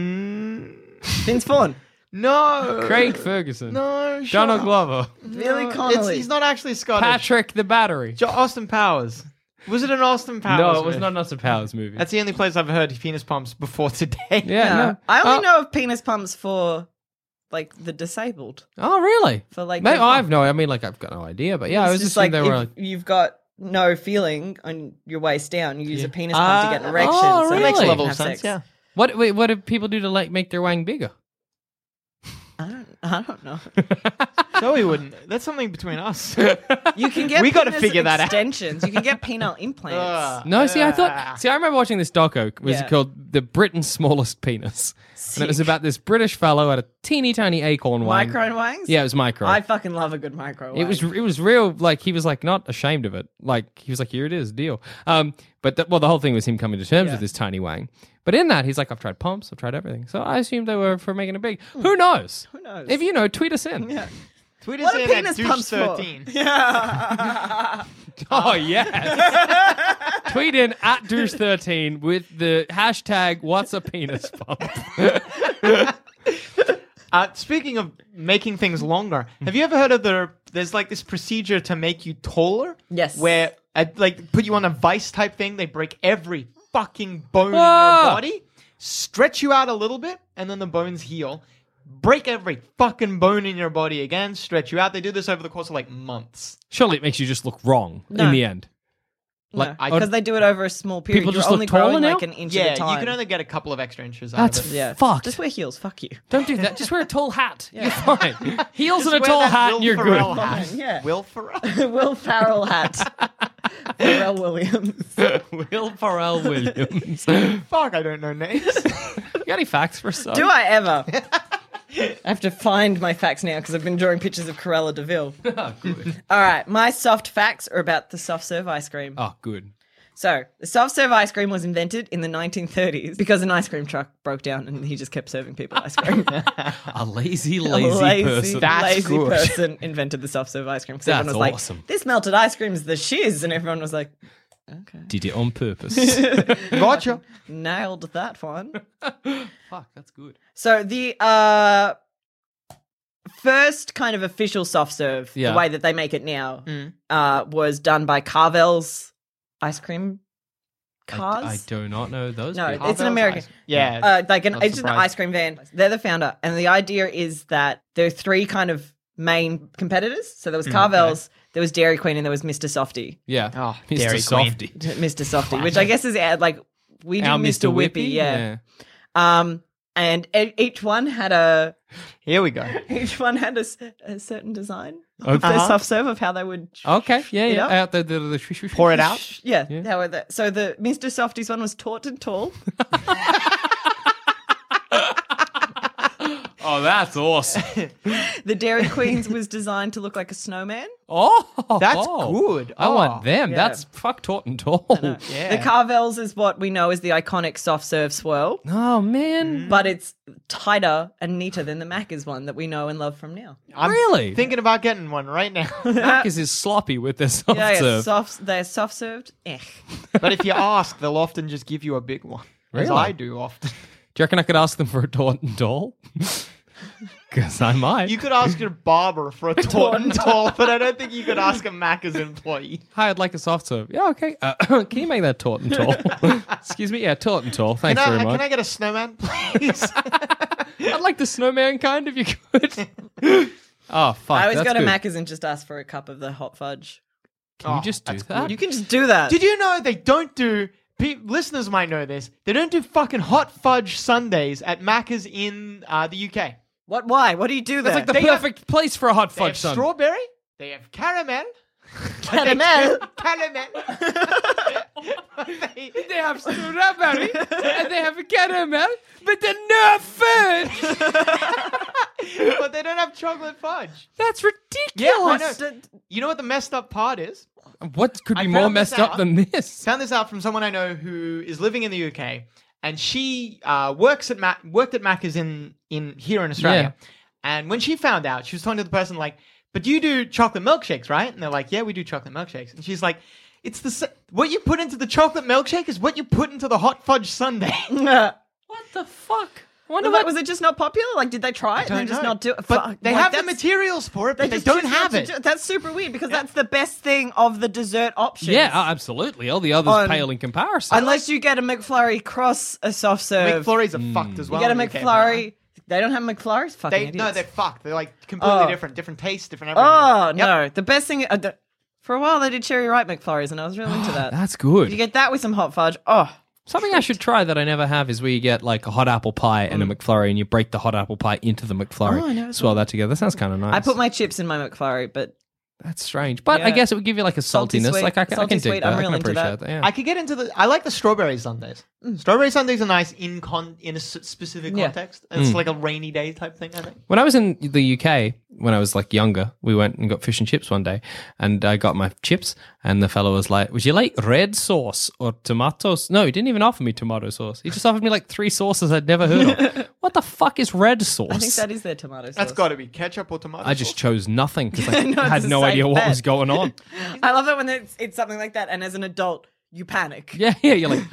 Speaker 5: comedian.
Speaker 4: Vince Vaughn.
Speaker 5: No,
Speaker 3: Craig Ferguson,
Speaker 5: No, shut
Speaker 3: Donald
Speaker 5: up.
Speaker 3: Glover,
Speaker 4: Billy
Speaker 5: No, it's-
Speaker 4: Connolly.
Speaker 5: He's not actually Scottish.
Speaker 3: Patrick the Battery.
Speaker 5: Jo- Austin Powers. Was it an Austin Powers?
Speaker 3: no, it was
Speaker 5: movie?
Speaker 3: not Nuts of Powers movie.
Speaker 5: That's the only place I've heard penis pumps before today.
Speaker 3: yeah.
Speaker 4: No,
Speaker 3: No.
Speaker 4: I only
Speaker 3: Oh.
Speaker 4: know of penis pumps for like the disabled.
Speaker 3: Oh, really?
Speaker 4: For, like,
Speaker 3: Maybe,
Speaker 4: the-
Speaker 3: I've no. I mean, like, I've got no idea. But yeah, I was just
Speaker 4: like
Speaker 3: like, they were
Speaker 4: if
Speaker 3: like,
Speaker 4: you've got no feeling on your waist down, you use a penis pump to get an
Speaker 5: Ah,
Speaker 4: erection.
Speaker 3: oh,
Speaker 4: so
Speaker 3: really?
Speaker 4: you
Speaker 5: Makes
Speaker 4: can
Speaker 5: a level of
Speaker 4: have
Speaker 5: sense.
Speaker 4: sex.
Speaker 5: Yeah.
Speaker 4: <laughs>
Speaker 3: what? Wait, what do people do to like make their wang bigger?
Speaker 4: I don't, <laughs> I don't know.
Speaker 5: No, we wouldn't. That's something between us.
Speaker 4: You can get
Speaker 5: We gotta
Speaker 4: penis
Speaker 5: figure that out.
Speaker 4: extensions. You can get
Speaker 3: <laughs>
Speaker 4: penile implants.
Speaker 3: <laughs> No, see, I
Speaker 5: Ah.
Speaker 3: thought. See, I remember watching this doco. It was
Speaker 4: Yeah.
Speaker 3: called "The Britain's Smallest Penis," and it was about this British fellow had a teeny tiny acorn wang.
Speaker 4: micro wangs?
Speaker 3: Yeah, it was micro.
Speaker 4: I fucking love a good micro
Speaker 3: it was
Speaker 4: wang.
Speaker 3: it was real. Like he was like not ashamed of it. Like he was like, here it is, deal. Um, but the, well, the whole thing was him coming to terms with his tiny wang. But in that, he's like, I've tried pumps, I've tried everything. So I assumed they were for making it big. Who knows? Who
Speaker 4: knows?
Speaker 3: If you know, tweet us in.
Speaker 4: <laughs> What
Speaker 5: Tweet us
Speaker 4: are
Speaker 5: in at
Speaker 4: penis
Speaker 5: douche
Speaker 4: pumps for? <laughs>
Speaker 5: 13.
Speaker 3: <laughs> Oh yes.
Speaker 5: <laughs>
Speaker 3: tweet in at douche thirteen with the hashtag What's a penis pump.
Speaker 5: <laughs> Uh, speaking of making things longer, have you ever heard of the? There's like this procedure to make you taller.
Speaker 4: Yes.
Speaker 5: Where uh, like put you on a vice type thing, they break every fucking bone in your
Speaker 3: Whoa.
Speaker 5: body, stretch you out a little bit, and then the bones heal. Break every fucking bone in your body again, stretch you out. They do this over the course of like months.
Speaker 3: Surely it makes you just look wrong in
Speaker 4: No.
Speaker 3: the end. Like
Speaker 5: I-
Speaker 4: Because they do it over a small period.
Speaker 3: People
Speaker 4: You're
Speaker 3: just look
Speaker 4: only
Speaker 3: taller
Speaker 4: growing
Speaker 3: now?
Speaker 4: like an inch
Speaker 5: yeah,
Speaker 4: at a time.
Speaker 5: you can only get a couple of extra inches out
Speaker 3: That's
Speaker 5: of it.
Speaker 4: Yeah.
Speaker 3: fucked.
Speaker 4: Just wear heels. Fuck you. <laughs>
Speaker 3: Don't do that. Just wear a tall hat. You're fine. Heels
Speaker 5: <laughs> Just
Speaker 3: and a
Speaker 5: wear
Speaker 3: tall
Speaker 5: that
Speaker 3: hat,
Speaker 5: Will
Speaker 3: and you're
Speaker 5: Ferrell
Speaker 3: good.
Speaker 5: <laughs> hat.
Speaker 4: Fine, yeah.
Speaker 5: Will Ferrell.
Speaker 4: Will Farrell
Speaker 3: <laughs>
Speaker 4: hat. Pharrell Williams.
Speaker 3: Will Farrell Williams.
Speaker 5: Fuck, I don't
Speaker 3: <laughs>
Speaker 5: know names.
Speaker 3: You got any facts for us?
Speaker 4: Do I ever? <laughs> I have to find my facts now because I've been drawing pictures of
Speaker 3: <laughs>
Speaker 4: Corella
Speaker 3: Oh,
Speaker 4: Deville. All right, my soft facts are about the soft serve ice cream.
Speaker 3: Oh, good.
Speaker 4: So, the self serve ice cream was invented in the 1930s because an ice cream truck broke down and he just kept serving people
Speaker 3: <laughs>
Speaker 4: ice cream.
Speaker 3: A lazy,
Speaker 4: A
Speaker 3: lazy, person.
Speaker 5: That's
Speaker 4: lazy
Speaker 5: good.
Speaker 4: person invented the self serve ice cream. 'cause everyone
Speaker 3: That's
Speaker 4: was like,
Speaker 3: awesome.
Speaker 4: This melted ice cream is the shiz. And everyone was like, okay.
Speaker 3: Did it on purpose. <laughs>
Speaker 5: <laughs> Gotcha.
Speaker 4: Nailed that one.
Speaker 3: Fuck, that's good.
Speaker 4: So the uh first kind of official soft serve,
Speaker 3: Yeah. Mm.
Speaker 4: the way that they make it now, uh, was done by Carvel's ice cream cars.
Speaker 3: I, I do not know those.
Speaker 4: No,
Speaker 3: people.
Speaker 4: it's an American.
Speaker 5: Yeah.
Speaker 4: Uh, like an
Speaker 5: Not
Speaker 4: it's just an
Speaker 5: surprised.
Speaker 4: ice cream van. They're the founder, and the idea is that there are three kind of main competitors. So there was Carvel's, there was Dairy Queen, and there was Mr. Softy.
Speaker 3: Yeah.
Speaker 5: Oh,
Speaker 3: Mr.
Speaker 5: Dairy Queen.
Speaker 3: Softy.
Speaker 4: <laughs> Mr. Softy, which I guess is uh, like we did
Speaker 3: Our
Speaker 4: Mr. Whippy, yeah. Um, and e- each one had a
Speaker 5: Here we go.
Speaker 4: each one had a, s- a certain design
Speaker 3: Okay. Uh-huh.
Speaker 4: of their soft serve of how they would.
Speaker 3: Okay. Yeah.
Speaker 4: You
Speaker 3: Yeah. Uh,
Speaker 4: know?
Speaker 3: Out the, the, the, the
Speaker 5: Pour it out.
Speaker 4: Yeah, How were the, so the Mr. Softies one was taut
Speaker 3: <laughs>
Speaker 4: and tall.
Speaker 3: Oh, that's
Speaker 5: <laughs>
Speaker 3: awesome.
Speaker 4: The Dairy Queen's was designed to look like a snowman.
Speaker 3: <laughs> Oh,
Speaker 5: That's
Speaker 3: oh.
Speaker 5: good.
Speaker 3: I want
Speaker 5: that.
Speaker 3: them. That's fuck taut and tall. <laughs>
Speaker 5: Yeah.
Speaker 4: The Carvel's is what we know as the iconic soft
Speaker 3: <laughs>
Speaker 4: serve swirl,
Speaker 3: Oh
Speaker 5: Mm-hmm.
Speaker 3: man.
Speaker 4: but it's tighter and neater than the Macca's one that we know and love from now.
Speaker 5: I'm
Speaker 3: really?
Speaker 5: thinking about getting one
Speaker 3: <laughs>
Speaker 5: right now.
Speaker 3: Macca's is sloppy with their soft
Speaker 4: Yeah, yeah,
Speaker 3: serve.
Speaker 4: soft. They're soft served. Eh.
Speaker 5: but if you ask, they'll often just give you a big one. As
Speaker 3: Really?
Speaker 5: I do often.
Speaker 3: Do you reckon I could ask them for a taut and tall? Because I might.
Speaker 5: You could ask your
Speaker 3: <laughs>
Speaker 5: barber for a tort and tall, but I don't think you could ask a Macca's employee.
Speaker 3: Hi, I'd like a soft serve. Yeah, okay. Uh, <coughs> can you make that taut and tall?
Speaker 5: <laughs>
Speaker 3: Excuse me. Yeah, taut and tall.
Speaker 5: Can
Speaker 3: Thanks
Speaker 5: I,
Speaker 3: very
Speaker 5: can
Speaker 3: much.
Speaker 5: I get a snowman, please?
Speaker 3: I'd like the snowman kind if you could. <laughs> oh fuck.
Speaker 4: I always
Speaker 3: that's
Speaker 4: go to
Speaker 3: good.
Speaker 4: Macca's and just ask for a cup of the hot fudge.
Speaker 3: Can you just do that?
Speaker 4: You can just do that.
Speaker 5: Oh, Did you know they don't do? Pe- listeners might know this. They don't do fucking hot fudge Sundays at Macca's in uh, the UK.
Speaker 4: what? Why? What do you do there?
Speaker 3: That's like the
Speaker 5: They have-
Speaker 3: perfect place for a hot
Speaker 5: They have
Speaker 3: fudge sun.
Speaker 5: strawberry. They have caramel.
Speaker 4: Caramel.
Speaker 5: <laughs> caramel. They-
Speaker 3: They have strawberry and they have caramel, but they're no fudge.
Speaker 5: but they don't have chocolate fudge.
Speaker 3: That's
Speaker 5: Yeah, I
Speaker 3: ridiculous.
Speaker 5: know. You know what the messed up part is?
Speaker 3: What could
Speaker 5: I
Speaker 3: be more
Speaker 5: found this
Speaker 3: messed up
Speaker 5: out.
Speaker 3: than this?
Speaker 5: Found this out from someone I know who is living in the UK, and she uh, works at Mac- worked at Macca's in in here in Australia. And when she found out, she was talking to the person like, "But you do chocolate milkshakes, right?" And they're like, "Yeah, we do chocolate milkshakes." And she's like, "It's the sa- what you put into the chocolate milkshake is what you put into the hot fudge sundae." <laughs>
Speaker 4: <laughs>
Speaker 3: What the fuck?
Speaker 4: Wonder what, was it just not popular? Like, did they try it and then just
Speaker 5: know.
Speaker 4: not do it?
Speaker 5: But
Speaker 4: Fuck,
Speaker 5: they
Speaker 4: like,
Speaker 5: have the
Speaker 4: that's-
Speaker 5: materials for it, but they,
Speaker 4: just
Speaker 5: don't
Speaker 4: choose
Speaker 5: have
Speaker 4: not
Speaker 5: it.
Speaker 4: to do- that's super weird because that's the best thing of the dessert options.
Speaker 3: Yeah, oh, absolutely. All the others
Speaker 4: On-
Speaker 3: pale in comparison.
Speaker 4: unless you get a McFlurry cross a soft serve.
Speaker 5: McFlurries are fucked as
Speaker 4: you
Speaker 5: well.
Speaker 4: get a
Speaker 5: in the UK,
Speaker 4: McFlurry. They don't have McFlurries. Fucking
Speaker 5: Oh, They, no,
Speaker 4: idiots.
Speaker 5: they're fucked. They're like completely
Speaker 4: Oh.
Speaker 5: different, different taste, different everything.
Speaker 4: oh no, the best thing. Uh, the, for a while they did cherry ripe McFlurries, and I was really into that.
Speaker 3: That's good.
Speaker 4: If you get that with some hot fudge, oh,
Speaker 3: Something I should try that I never have is where you get like a hot apple pie and a McFlurry and you break the hot apple pie into the McFlurry.
Speaker 4: Mm. Oh, I know.
Speaker 3: Swirl that together. That sounds kind of nice.
Speaker 4: I put my chips in my McFlurry, but
Speaker 3: That's strange. But I
Speaker 4: Yeah.
Speaker 3: guess it would give you like a
Speaker 4: Salty
Speaker 3: saltiness.
Speaker 4: sweet-
Speaker 3: like I, can- I
Speaker 4: salty
Speaker 3: can dig
Speaker 4: sweet,
Speaker 3: that.
Speaker 4: I'm
Speaker 3: I can
Speaker 4: real into
Speaker 3: appreciate
Speaker 4: that.
Speaker 3: that. Yeah.
Speaker 5: I could get into the. I like the strawberry sundays.
Speaker 3: Mm.
Speaker 5: Strawberry sundays are nice in con in a s- specific
Speaker 4: Yeah.
Speaker 5: context. It's like a rainy day type thing. I think.
Speaker 3: When I was in the UK, when I was like younger, we went and got fish and chips one day, and I got my chips, and the fellow was like, "Would you like red sauce or tomatoes?" No, he didn't even offer me tomato sauce. He just offered me like three sauces I'd never heard of. what the fuck is red sauce?
Speaker 4: I think that is their tomato sauce.
Speaker 5: That's got to be ketchup or tomato.
Speaker 3: I just chose nothing because I
Speaker 4: <laughs> No, it's
Speaker 3: had
Speaker 4: a
Speaker 3: no
Speaker 4: safe
Speaker 3: idea what
Speaker 4: bet.
Speaker 3: was going on.
Speaker 4: <laughs> I love that when it's, it's something like that, and as an adult, you panic.
Speaker 3: Yeah, yeah, you're
Speaker 5: <laughs>
Speaker 3: like,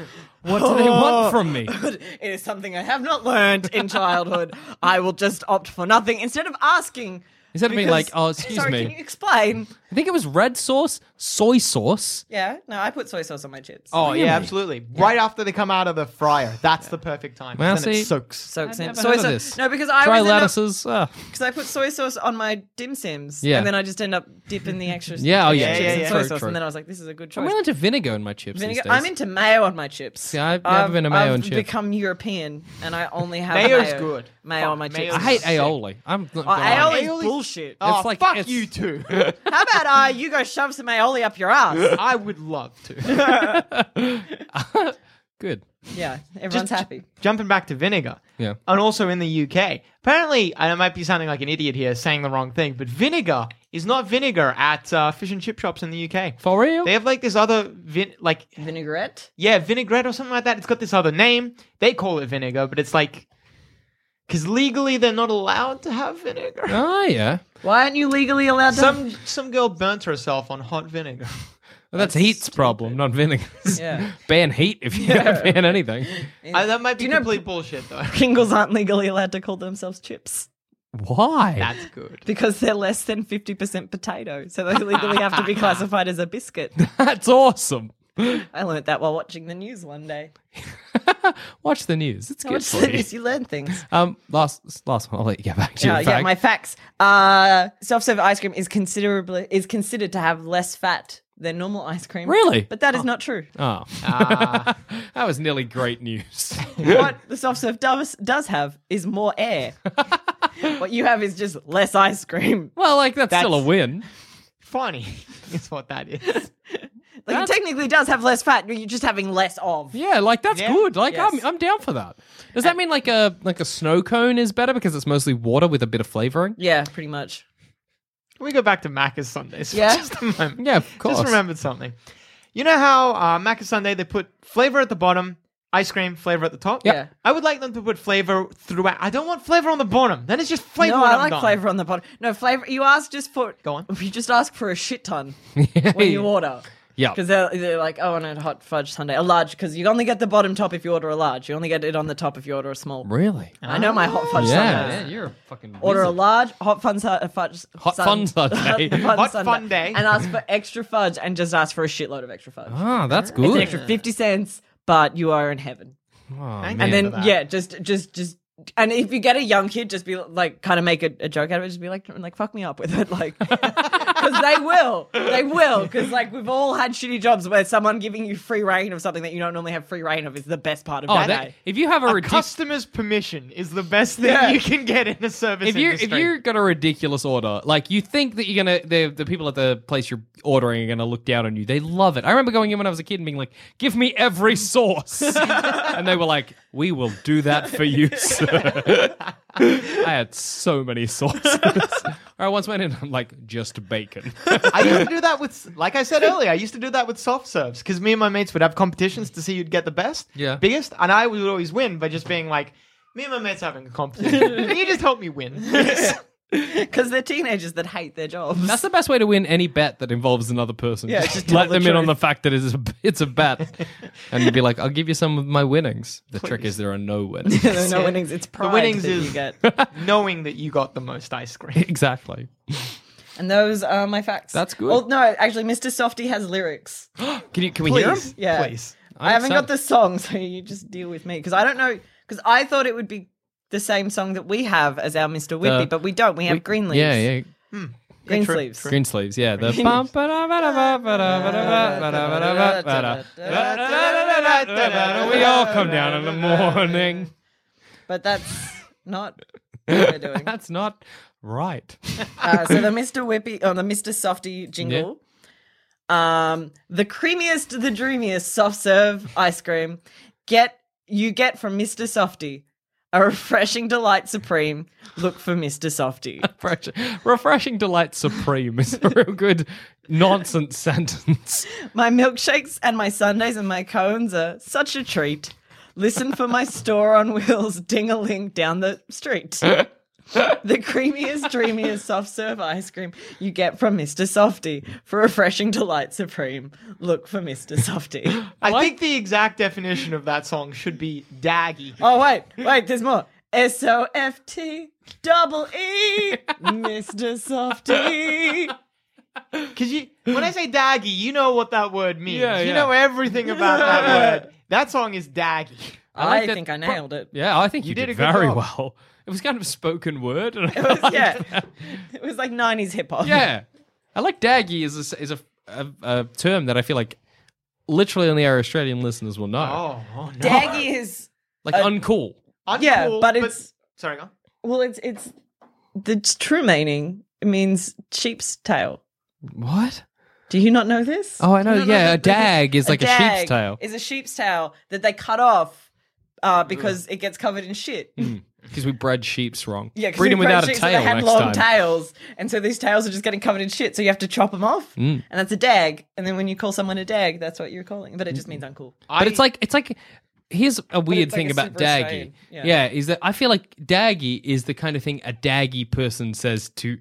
Speaker 3: what do they want <laughs>
Speaker 4: <laughs>
Speaker 3: from me?
Speaker 4: But it is something I have not learned
Speaker 3: <laughs>
Speaker 4: in childhood. I will just opt for nothing instead of asking.
Speaker 3: Instead of being
Speaker 4: because-
Speaker 3: like, "Oh, excuse
Speaker 4: sorry,
Speaker 3: me."
Speaker 4: Can you explain?
Speaker 3: I think it was red sauce, soy sauce.
Speaker 4: Yeah, no, I put soy sauce on my chips.
Speaker 5: Oh yeah, absolutely. Right after they come out of the fryer, that's the perfect time. 'cause
Speaker 3: Well,
Speaker 5: then
Speaker 3: see-
Speaker 5: it soaks.
Speaker 4: soaks
Speaker 3: I've
Speaker 4: in
Speaker 3: never
Speaker 4: soy
Speaker 3: heard of
Speaker 4: sauce.
Speaker 3: this.
Speaker 4: No, because I
Speaker 3: Try
Speaker 4: always end up-
Speaker 3: lettuces. ah.
Speaker 4: 'cause I put soy sauce on my dim sims.
Speaker 3: Yeah.
Speaker 4: and then I just end up dipping
Speaker 3: <laughs>
Speaker 4: the extra.
Speaker 3: Yeah, oh, yeah,
Speaker 4: chips
Speaker 5: yeah,
Speaker 4: and
Speaker 5: yeah.
Speaker 4: soy
Speaker 3: True,
Speaker 4: sauce,
Speaker 3: true.
Speaker 4: and then I was like, this is a good choice.
Speaker 3: I'm really into vinegar in my chips.
Speaker 4: Vinegar-
Speaker 3: these days.
Speaker 4: I'm into mayo on my chips.
Speaker 3: See, I've never been a mayo
Speaker 4: I've
Speaker 3: and chip.
Speaker 4: become European, and I only have
Speaker 5: Mayo's
Speaker 4: mayo,
Speaker 5: good.
Speaker 4: Mayo on my
Speaker 5: Fuck,
Speaker 4: chips.
Speaker 3: I hate
Speaker 5: Sick.
Speaker 3: aioli. I'm not
Speaker 4: Oh, aioli is
Speaker 5: Aioli's-
Speaker 4: bullshit.
Speaker 5: Oh,
Speaker 3: It's like-
Speaker 5: fuck
Speaker 3: it's- <laughs>
Speaker 5: you too.
Speaker 4: How
Speaker 5: Oh.
Speaker 4: about uh, you go shove some aioli up your
Speaker 5: <laughs>
Speaker 4: ass?
Speaker 5: I would love to.
Speaker 3: good.
Speaker 4: yeah, everyone's happy.
Speaker 5: Jumping back to vinegar.
Speaker 3: Yeah.
Speaker 5: and also in the UK. Apparently, and I might be sounding like an idiot here saying the wrong thing, but vinegar is not vinegar at uh, fish and chip shops in the UK.
Speaker 3: For real?
Speaker 5: They have like this other vin- like
Speaker 4: Vinaigrette?
Speaker 5: yeah vinaigrette or something like that. It's got this other name. They call it vinegar, but it's like because legally they're not allowed to have vinegar.
Speaker 3: Oh, yeah.
Speaker 4: Why aren't you legally allowed to?
Speaker 5: Some some girl burnt herself on hot vinegar.
Speaker 3: Well, that's, heat's problem, not vinegar's.
Speaker 4: Yeah.
Speaker 3: <laughs> ban heat if you are gonna ban anything.
Speaker 5: Uh, that might be complete bullshit though.
Speaker 4: Pringles aren't legally allowed to call themselves chips
Speaker 3: Why?
Speaker 5: <laughs> That's good.
Speaker 4: because they're less than 50% potato. So they legally
Speaker 3: <laughs>
Speaker 4: have to be classified as a biscuit.
Speaker 3: <laughs> That's awesome.
Speaker 4: I learnt that while watching the news one day.
Speaker 3: Watch the news. It's good
Speaker 4: Watch
Speaker 3: for
Speaker 4: the
Speaker 3: you.
Speaker 4: news, <laughs> you learn things.
Speaker 3: Um, last last one. I'll let you get back to your
Speaker 4: Uh, yeah,
Speaker 3: fact.
Speaker 4: my facts. Uh, self-serve ice cream is considerably is considered to have less fat than normal ice cream.
Speaker 3: Really?
Speaker 4: But that is not true.
Speaker 3: Oh. that was nearly great news.
Speaker 4: <laughs> what the soft serve does, does have is more
Speaker 3: <laughs>
Speaker 4: air. what you have is just less ice cream.
Speaker 3: well, like that's, still a
Speaker 5: That's-
Speaker 3: win.
Speaker 5: <laughs> Funny <laughs> is what that <laughs> is.
Speaker 4: Like it technically does have less fat, but you're just having less of.
Speaker 3: Yeah, like that's
Speaker 5: Yeah.
Speaker 3: good. Like
Speaker 4: Yes. Uh,
Speaker 3: I'm I'm down for that. Does that mean like a like a snow cone is better because it's mostly water with a bit of flavoring?
Speaker 4: Yeah,
Speaker 3: <laughs>
Speaker 4: pretty much.
Speaker 5: Can we go back to Macca's Sundays for
Speaker 4: Yeah.
Speaker 5: <laughs> just a moment?
Speaker 3: Yeah, of course.
Speaker 5: Just remembered something. You know how uh, Macca's Sunday they put flavor at the bottom, ice cream flavor at the top.
Speaker 4: Yep. Yeah.
Speaker 5: I would like them to put flavor throughout. I don't want flavor on the bottom. Then it's just flavor.
Speaker 4: no,
Speaker 5: when
Speaker 4: I
Speaker 5: I'm
Speaker 4: like
Speaker 5: done.
Speaker 4: flavor on the bottom. No flavor. You ask just for.
Speaker 5: Go on.
Speaker 4: <laughs> You just ask for a
Speaker 3: <laughs>
Speaker 4: shit ton when you order.
Speaker 3: Yeah.
Speaker 4: Because they're, they're like, oh, and a hot fudge sundae, a large. Because you only get the bottom top if you order a large. You only get it on the top if you order a small.
Speaker 3: Really?
Speaker 4: I know my hot fudge
Speaker 3: yeah.
Speaker 4: sundaes.
Speaker 3: yeah, you're a fucking
Speaker 4: Order a
Speaker 3: wizard.
Speaker 4: large hot fun su- uh, fudge
Speaker 3: Hot
Speaker 4: <laughs>
Speaker 3: fun sundae.
Speaker 5: Hot fun day.
Speaker 4: and ask for extra fudge and just ask for a shitload of extra fudge.
Speaker 3: Ah, that's good.
Speaker 4: It's an extra fifty cents, but you are in heaven.
Speaker 3: Oh,
Speaker 5: Thank
Speaker 3: man.
Speaker 4: And
Speaker 5: for
Speaker 4: then
Speaker 5: that.
Speaker 4: yeah, just just just and if you get a young kid, just be like, kind of make a, a joke out of it. Just be like, like fuck me up with it, like, <laughs> because they will, they will, because like we've all had shitty jobs where someone giving you free reign of something that you don't normally have free reign of is the best part of
Speaker 3: Oh,
Speaker 4: that,
Speaker 3: that,
Speaker 4: day.
Speaker 3: if you have a,
Speaker 5: A
Speaker 3: ridiculous
Speaker 5: customer's permission is the best thing
Speaker 4: Yeah.
Speaker 5: you can get in a service
Speaker 3: if you if
Speaker 5: industry.
Speaker 3: you got a ridiculous order, like you think that you're gonna the the people at the place you're ordering are gonna look down on you. They love it. I remember going in when I was a kid and being like, "Give me every
Speaker 5: <laughs>
Speaker 3: sauce," and they were like, "We will do that for you, sir." I had so many sauces. I once went in. I'm like, just bacon.
Speaker 5: I used to do that with, like I said earlier, I used to do that with soft serves because me and my mates would have competitions to see who'd get the best,
Speaker 3: Yeah.
Speaker 5: biggest, and I would always win by just being like, me and my mates having a
Speaker 3: <laughs>
Speaker 5: competition. Can you just help me win? please?"
Speaker 4: Because they're teenagers that hate their jobs.
Speaker 3: That's the
Speaker 4: <laughs>
Speaker 3: best way to win any bet that involves another person.
Speaker 4: Yeah,
Speaker 3: just
Speaker 4: just tell
Speaker 3: let
Speaker 4: the
Speaker 3: them in on the
Speaker 4: truth.
Speaker 3: fact that it's a, it's a bet,
Speaker 5: <laughs>
Speaker 3: and you'd be like, "I'll give you some of my winnings." The trick is there are
Speaker 5: <laughs>
Speaker 3: no winnings.
Speaker 4: there are no winnings. It's pride
Speaker 5: winnings
Speaker 4: that
Speaker 5: is-
Speaker 4: you get.
Speaker 5: <laughs> Knowing that you got the most ice cream.
Speaker 3: exactly.
Speaker 4: And those are my facts.
Speaker 3: That's good.
Speaker 4: Well, no, actually, Mr. Softy has lyrics.
Speaker 3: Can you can we
Speaker 5: Please,
Speaker 3: hear 'em?
Speaker 4: Yeah.
Speaker 5: please.
Speaker 4: I haven't got
Speaker 3: excited.
Speaker 4: the song, <laughs> so you just deal with me. Because I don't know. Because I thought it would be the same song that we have as our Mr. Whitby,
Speaker 3: The-
Speaker 4: but we don't. We have green leaves.
Speaker 3: Yeah, yeah.
Speaker 4: Green
Speaker 5: true,
Speaker 4: sleeves.
Speaker 3: Green sleeves, yeah. The <laughs> bum, ba-da-ba-da-ba, ba-da-ba-da-ba, ba-da-ba-da-ba, ba-da. Da-da-da-da-da-da-da. We all come down in the morning.
Speaker 4: But that's
Speaker 3: <laughs>
Speaker 4: not what we're doing.
Speaker 3: That's not right.
Speaker 4: Uh, so the Mr. Whippy or the Mr. Softy jingle. Um, the creamiest, the dreamiest soft serve ice cream get you get from Mr. Softy. A refreshing delight supreme. Look for Mr. Softy.
Speaker 3: Fresh- Refreshing delight supreme is a real good nonsense sentence.
Speaker 4: My milkshakes and my sundaes and my cones are such a treat. Listen for my store on wheels ding-a-ling down the
Speaker 3: <laughs>
Speaker 4: street. The creamiest, dreamiest soft serve ice cream you get from Mr. Softy. For refreshing delight supreme, look for Mr. Softy.
Speaker 5: I think the exact definition of that song should be
Speaker 3: <laughs>
Speaker 5: daggy.
Speaker 3: Uh,
Speaker 4: Oh, wait, wait, there's more. S O F T double E, Mr. Softy.
Speaker 5: Because you, when I say daggy, you know what that word means.
Speaker 3: Yeah,
Speaker 5: You
Speaker 3: yeah.
Speaker 5: know everything about
Speaker 3: <laughs>
Speaker 5: that word. That song is daggy.
Speaker 4: I,
Speaker 3: like that-
Speaker 4: think I nailed it.
Speaker 3: Yeah, I think you,
Speaker 5: did
Speaker 3: did,
Speaker 5: a good
Speaker 3: very
Speaker 5: job.
Speaker 3: well. It was kind of spoken word. and I
Speaker 4: It was,
Speaker 3: liked <laughs>
Speaker 4: yeah,
Speaker 3: that.
Speaker 4: it was like 90s hip hop.
Speaker 3: Yeah, I like daggy is a, s- is a, a, a term that I feel like literally only our Australian listeners will know.
Speaker 5: Oh, oh no.
Speaker 4: Daggy is
Speaker 3: like uncool.
Speaker 4: Yeah,
Speaker 5: Uncool,
Speaker 4: but it's-
Speaker 5: sorry, go. on.
Speaker 4: Well, it's it's the true meaning it means sheep's tail.
Speaker 3: What?
Speaker 4: Do you not know this?
Speaker 3: Oh, I know.
Speaker 4: Do you not
Speaker 3: yeah, a
Speaker 4: that this
Speaker 3: dag is like a,
Speaker 4: dag
Speaker 3: sheep's tail.
Speaker 4: Is a sheep's tail that they cut off uh, because it gets covered in shit. <laughs>
Speaker 3: because we bred sheeps wrong.
Speaker 4: Yeah,
Speaker 3: breed them without a tail
Speaker 4: They had
Speaker 3: next
Speaker 4: long
Speaker 3: time.
Speaker 4: tails, and so these tails are just getting covered in shit. So you have to chop them off,
Speaker 3: Mm.
Speaker 4: and that's a dag. And then when you call someone a dag, that's what you're calling. But it just means uncool.
Speaker 3: But it's like it's like here's a weird
Speaker 4: it's like
Speaker 3: thing
Speaker 4: a
Speaker 3: about
Speaker 4: super
Speaker 3: daggy.
Speaker 4: Australian,
Speaker 3: Yeah.
Speaker 4: yeah.
Speaker 3: is that I feel like daggy is the kind of thing a daggy person says to,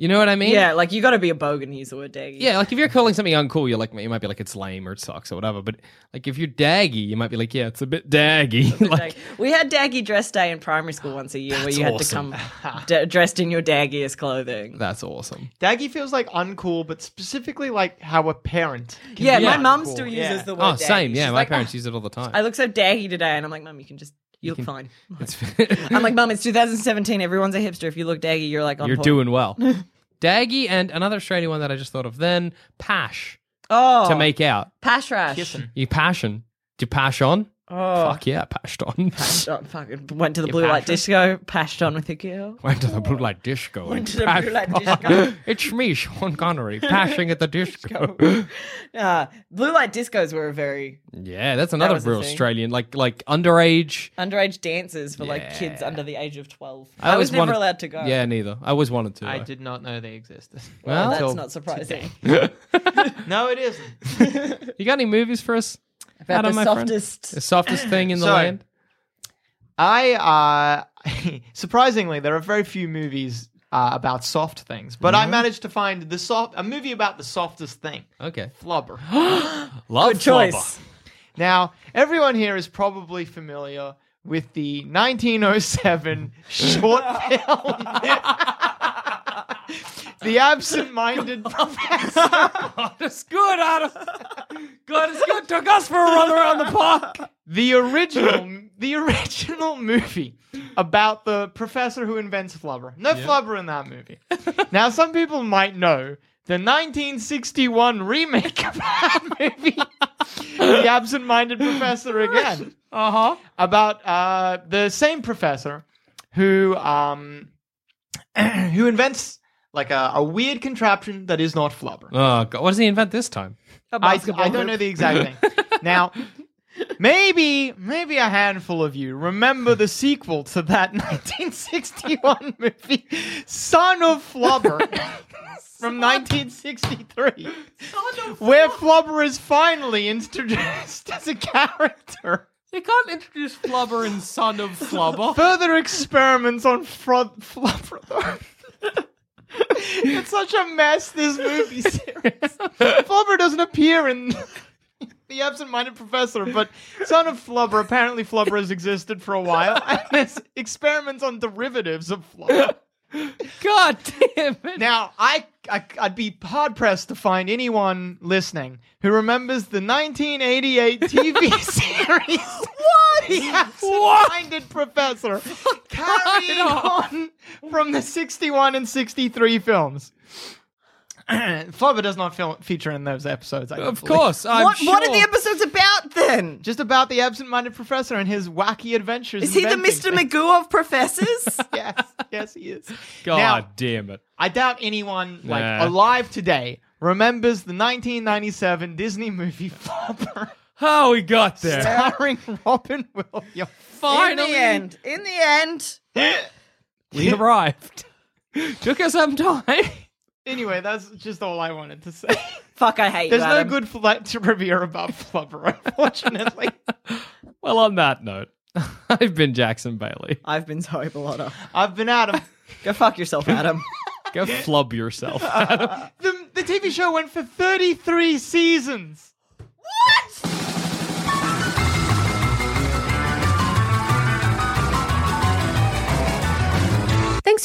Speaker 3: you know what I mean?
Speaker 4: Yeah, like you got to be a bogan user or a dag.
Speaker 3: Yeah, like if you're calling something uncool, you're like you might be like it's lame or it sucks or whatever. But like if you're daggy, you might be like yeah, it's a bit daggy. <laughs>
Speaker 4: <laughs>
Speaker 3: like
Speaker 4: we had daggy dress day in primary school once a year, where you had
Speaker 3: awesome.
Speaker 4: to come d- dressed in your daggiest clothing.
Speaker 3: that's awesome.
Speaker 5: Daggy feels like uncool, but specifically like how a parent. Can
Speaker 4: Yeah,
Speaker 5: be
Speaker 4: my
Speaker 5: uncool.
Speaker 4: mum still uses
Speaker 5: Yeah.
Speaker 4: the word.
Speaker 3: Oh,
Speaker 4: daggy.
Speaker 3: same. Yeah,
Speaker 4: She's
Speaker 3: my
Speaker 4: like,
Speaker 3: parents
Speaker 4: "Oh,
Speaker 3: use it all the
Speaker 4: <laughs>
Speaker 3: time.
Speaker 4: I look so daggy today, and I'm like, Mum, you can just you, look
Speaker 3: can-
Speaker 4: fine.
Speaker 3: <laughs> It's-
Speaker 4: <laughs> I'm like, Mum, it's 2017. Everyone's a hipster. If you look daggy, you're like on.
Speaker 3: you're
Speaker 4: point."
Speaker 3: doing well. <laughs> Daggy and another Australian one that I just thought of. Then pash
Speaker 4: oh
Speaker 3: to make out.
Speaker 4: pash rash.
Speaker 3: You passion. Do you pash on?
Speaker 4: Oh.
Speaker 3: Fuck yeah, pashed on.
Speaker 4: <laughs> Oh, fucking went to the
Speaker 3: Your
Speaker 4: blue light
Speaker 3: passion?
Speaker 4: disco, pashed on with a girl.
Speaker 3: <laughs> Went to the blue light disco.
Speaker 4: Went
Speaker 3: and
Speaker 4: to the blue light
Speaker 3: passed
Speaker 4: disco.
Speaker 3: on. <laughs> it's me, Sean
Speaker 4: <laughs>
Speaker 3: Connery, passing at the disco.
Speaker 4: Uh, blue light discos were a very
Speaker 3: yeah, that's another
Speaker 4: was the
Speaker 3: real
Speaker 4: thing.
Speaker 3: Australian, like like underage.
Speaker 4: underage dances for like kids under the age of twelve. I,
Speaker 3: always
Speaker 4: was never
Speaker 3: wanted-
Speaker 4: allowed to go.
Speaker 3: Yeah, neither. I always wanted to.
Speaker 5: I
Speaker 3: though.
Speaker 5: did not know they <laughs> existed.
Speaker 4: well,
Speaker 3: Well,
Speaker 4: that's not surprising.
Speaker 5: no, it isn't.
Speaker 4: <laughs>
Speaker 3: you got any movies for us?
Speaker 4: About
Speaker 3: Adam,
Speaker 4: the
Speaker 3: my friend?
Speaker 4: softest.
Speaker 3: The softest thing in the
Speaker 5: So-
Speaker 3: land.
Speaker 5: I uh, <laughs> surprisingly, there are very few movies uh, about soft things, but
Speaker 3: Mm-hmm.
Speaker 5: I managed to find the soft a movie about the softest thing,
Speaker 3: Okay,
Speaker 5: flubber.
Speaker 3: love
Speaker 4: Good choice.
Speaker 5: now, everyone here is probably familiar with the 1907 short film. <laughs> The absent-minded professor.
Speaker 3: That's good, Adam. God, it's good. Took us for a run around the park.
Speaker 5: The original, <laughs> the original movie about the professor who invents flubber. No flubber in that movie. now, some people might know the 1961 remake of that <laughs> movie, The Absent-Minded Professor again,
Speaker 3: Uh huh.
Speaker 5: about uh, the same professor who um, <clears throat> who invents like a, a weird contraption that is not flubber.
Speaker 3: Oh God, what does he invent this time?
Speaker 5: I, I don't know the
Speaker 3: <laughs>
Speaker 5: exact thing. now, maybe maybe a handful of you remember the sequel to that <laughs> 1961 movie, Son of
Speaker 3: <laughs>
Speaker 5: Flubber, from 1963, where Flubber is finally introduced <laughs> as a character.
Speaker 3: You can't introduce Flubber and Son of Flubber.
Speaker 5: Further experiments on fro- Flubber. though. <laughs> it's such a mess, this movie series. Flubber doesn't appear in <laughs> The Absent-Minded Professor, but Son of Flubber, apparently Flubber has existed for a while, and there's experiments on derivatives of Flubber.
Speaker 3: God damn it.
Speaker 5: Now, I, I, I'd be hard-pressed to find anyone listening who remembers the 1988 TV series... What? The Absent-Minded Professor, carrying on from the 61 and 63 films. <clears throat> Flubber does not fil- feature in those episodes, I don't
Speaker 3: Of
Speaker 5: believe.
Speaker 3: course, I'm
Speaker 4: what
Speaker 3: sure.
Speaker 4: What are the episodes about then?
Speaker 5: Just about the absent-minded professor and his wacky adventures.
Speaker 4: Is he the
Speaker 5: inventing
Speaker 4: Mr.
Speaker 5: things.
Speaker 4: Magoo of professors?
Speaker 5: <laughs> Yes, yes, he is.
Speaker 3: God
Speaker 5: Now,
Speaker 3: damn it.
Speaker 5: I doubt anyone like
Speaker 3: Nah.
Speaker 5: alive today remembers the 1997 Disney movie <laughs> Flubber,
Speaker 3: How we got there?
Speaker 5: starring Robin Williams.
Speaker 4: in the
Speaker 5: <laughs>
Speaker 4: end, in the end,
Speaker 3: we
Speaker 5: <laughs>
Speaker 3: arrived. Took us some time.
Speaker 5: Anyway, that's just all I wanted to say.
Speaker 4: fuck, I hate
Speaker 5: There's
Speaker 4: you.
Speaker 5: no
Speaker 4: Adam.
Speaker 5: good flight to revere about Flubber, <laughs> unfortunately.
Speaker 3: Well, on that note, <laughs> I've been Jackson Bailey.
Speaker 4: I've been Zoe Bellotta.
Speaker 5: I've been Adam.
Speaker 4: Go fuck yourself, Adam.
Speaker 3: Go flub yourself.
Speaker 5: The, the TV show went for 33 seasons.
Speaker 6: Thanks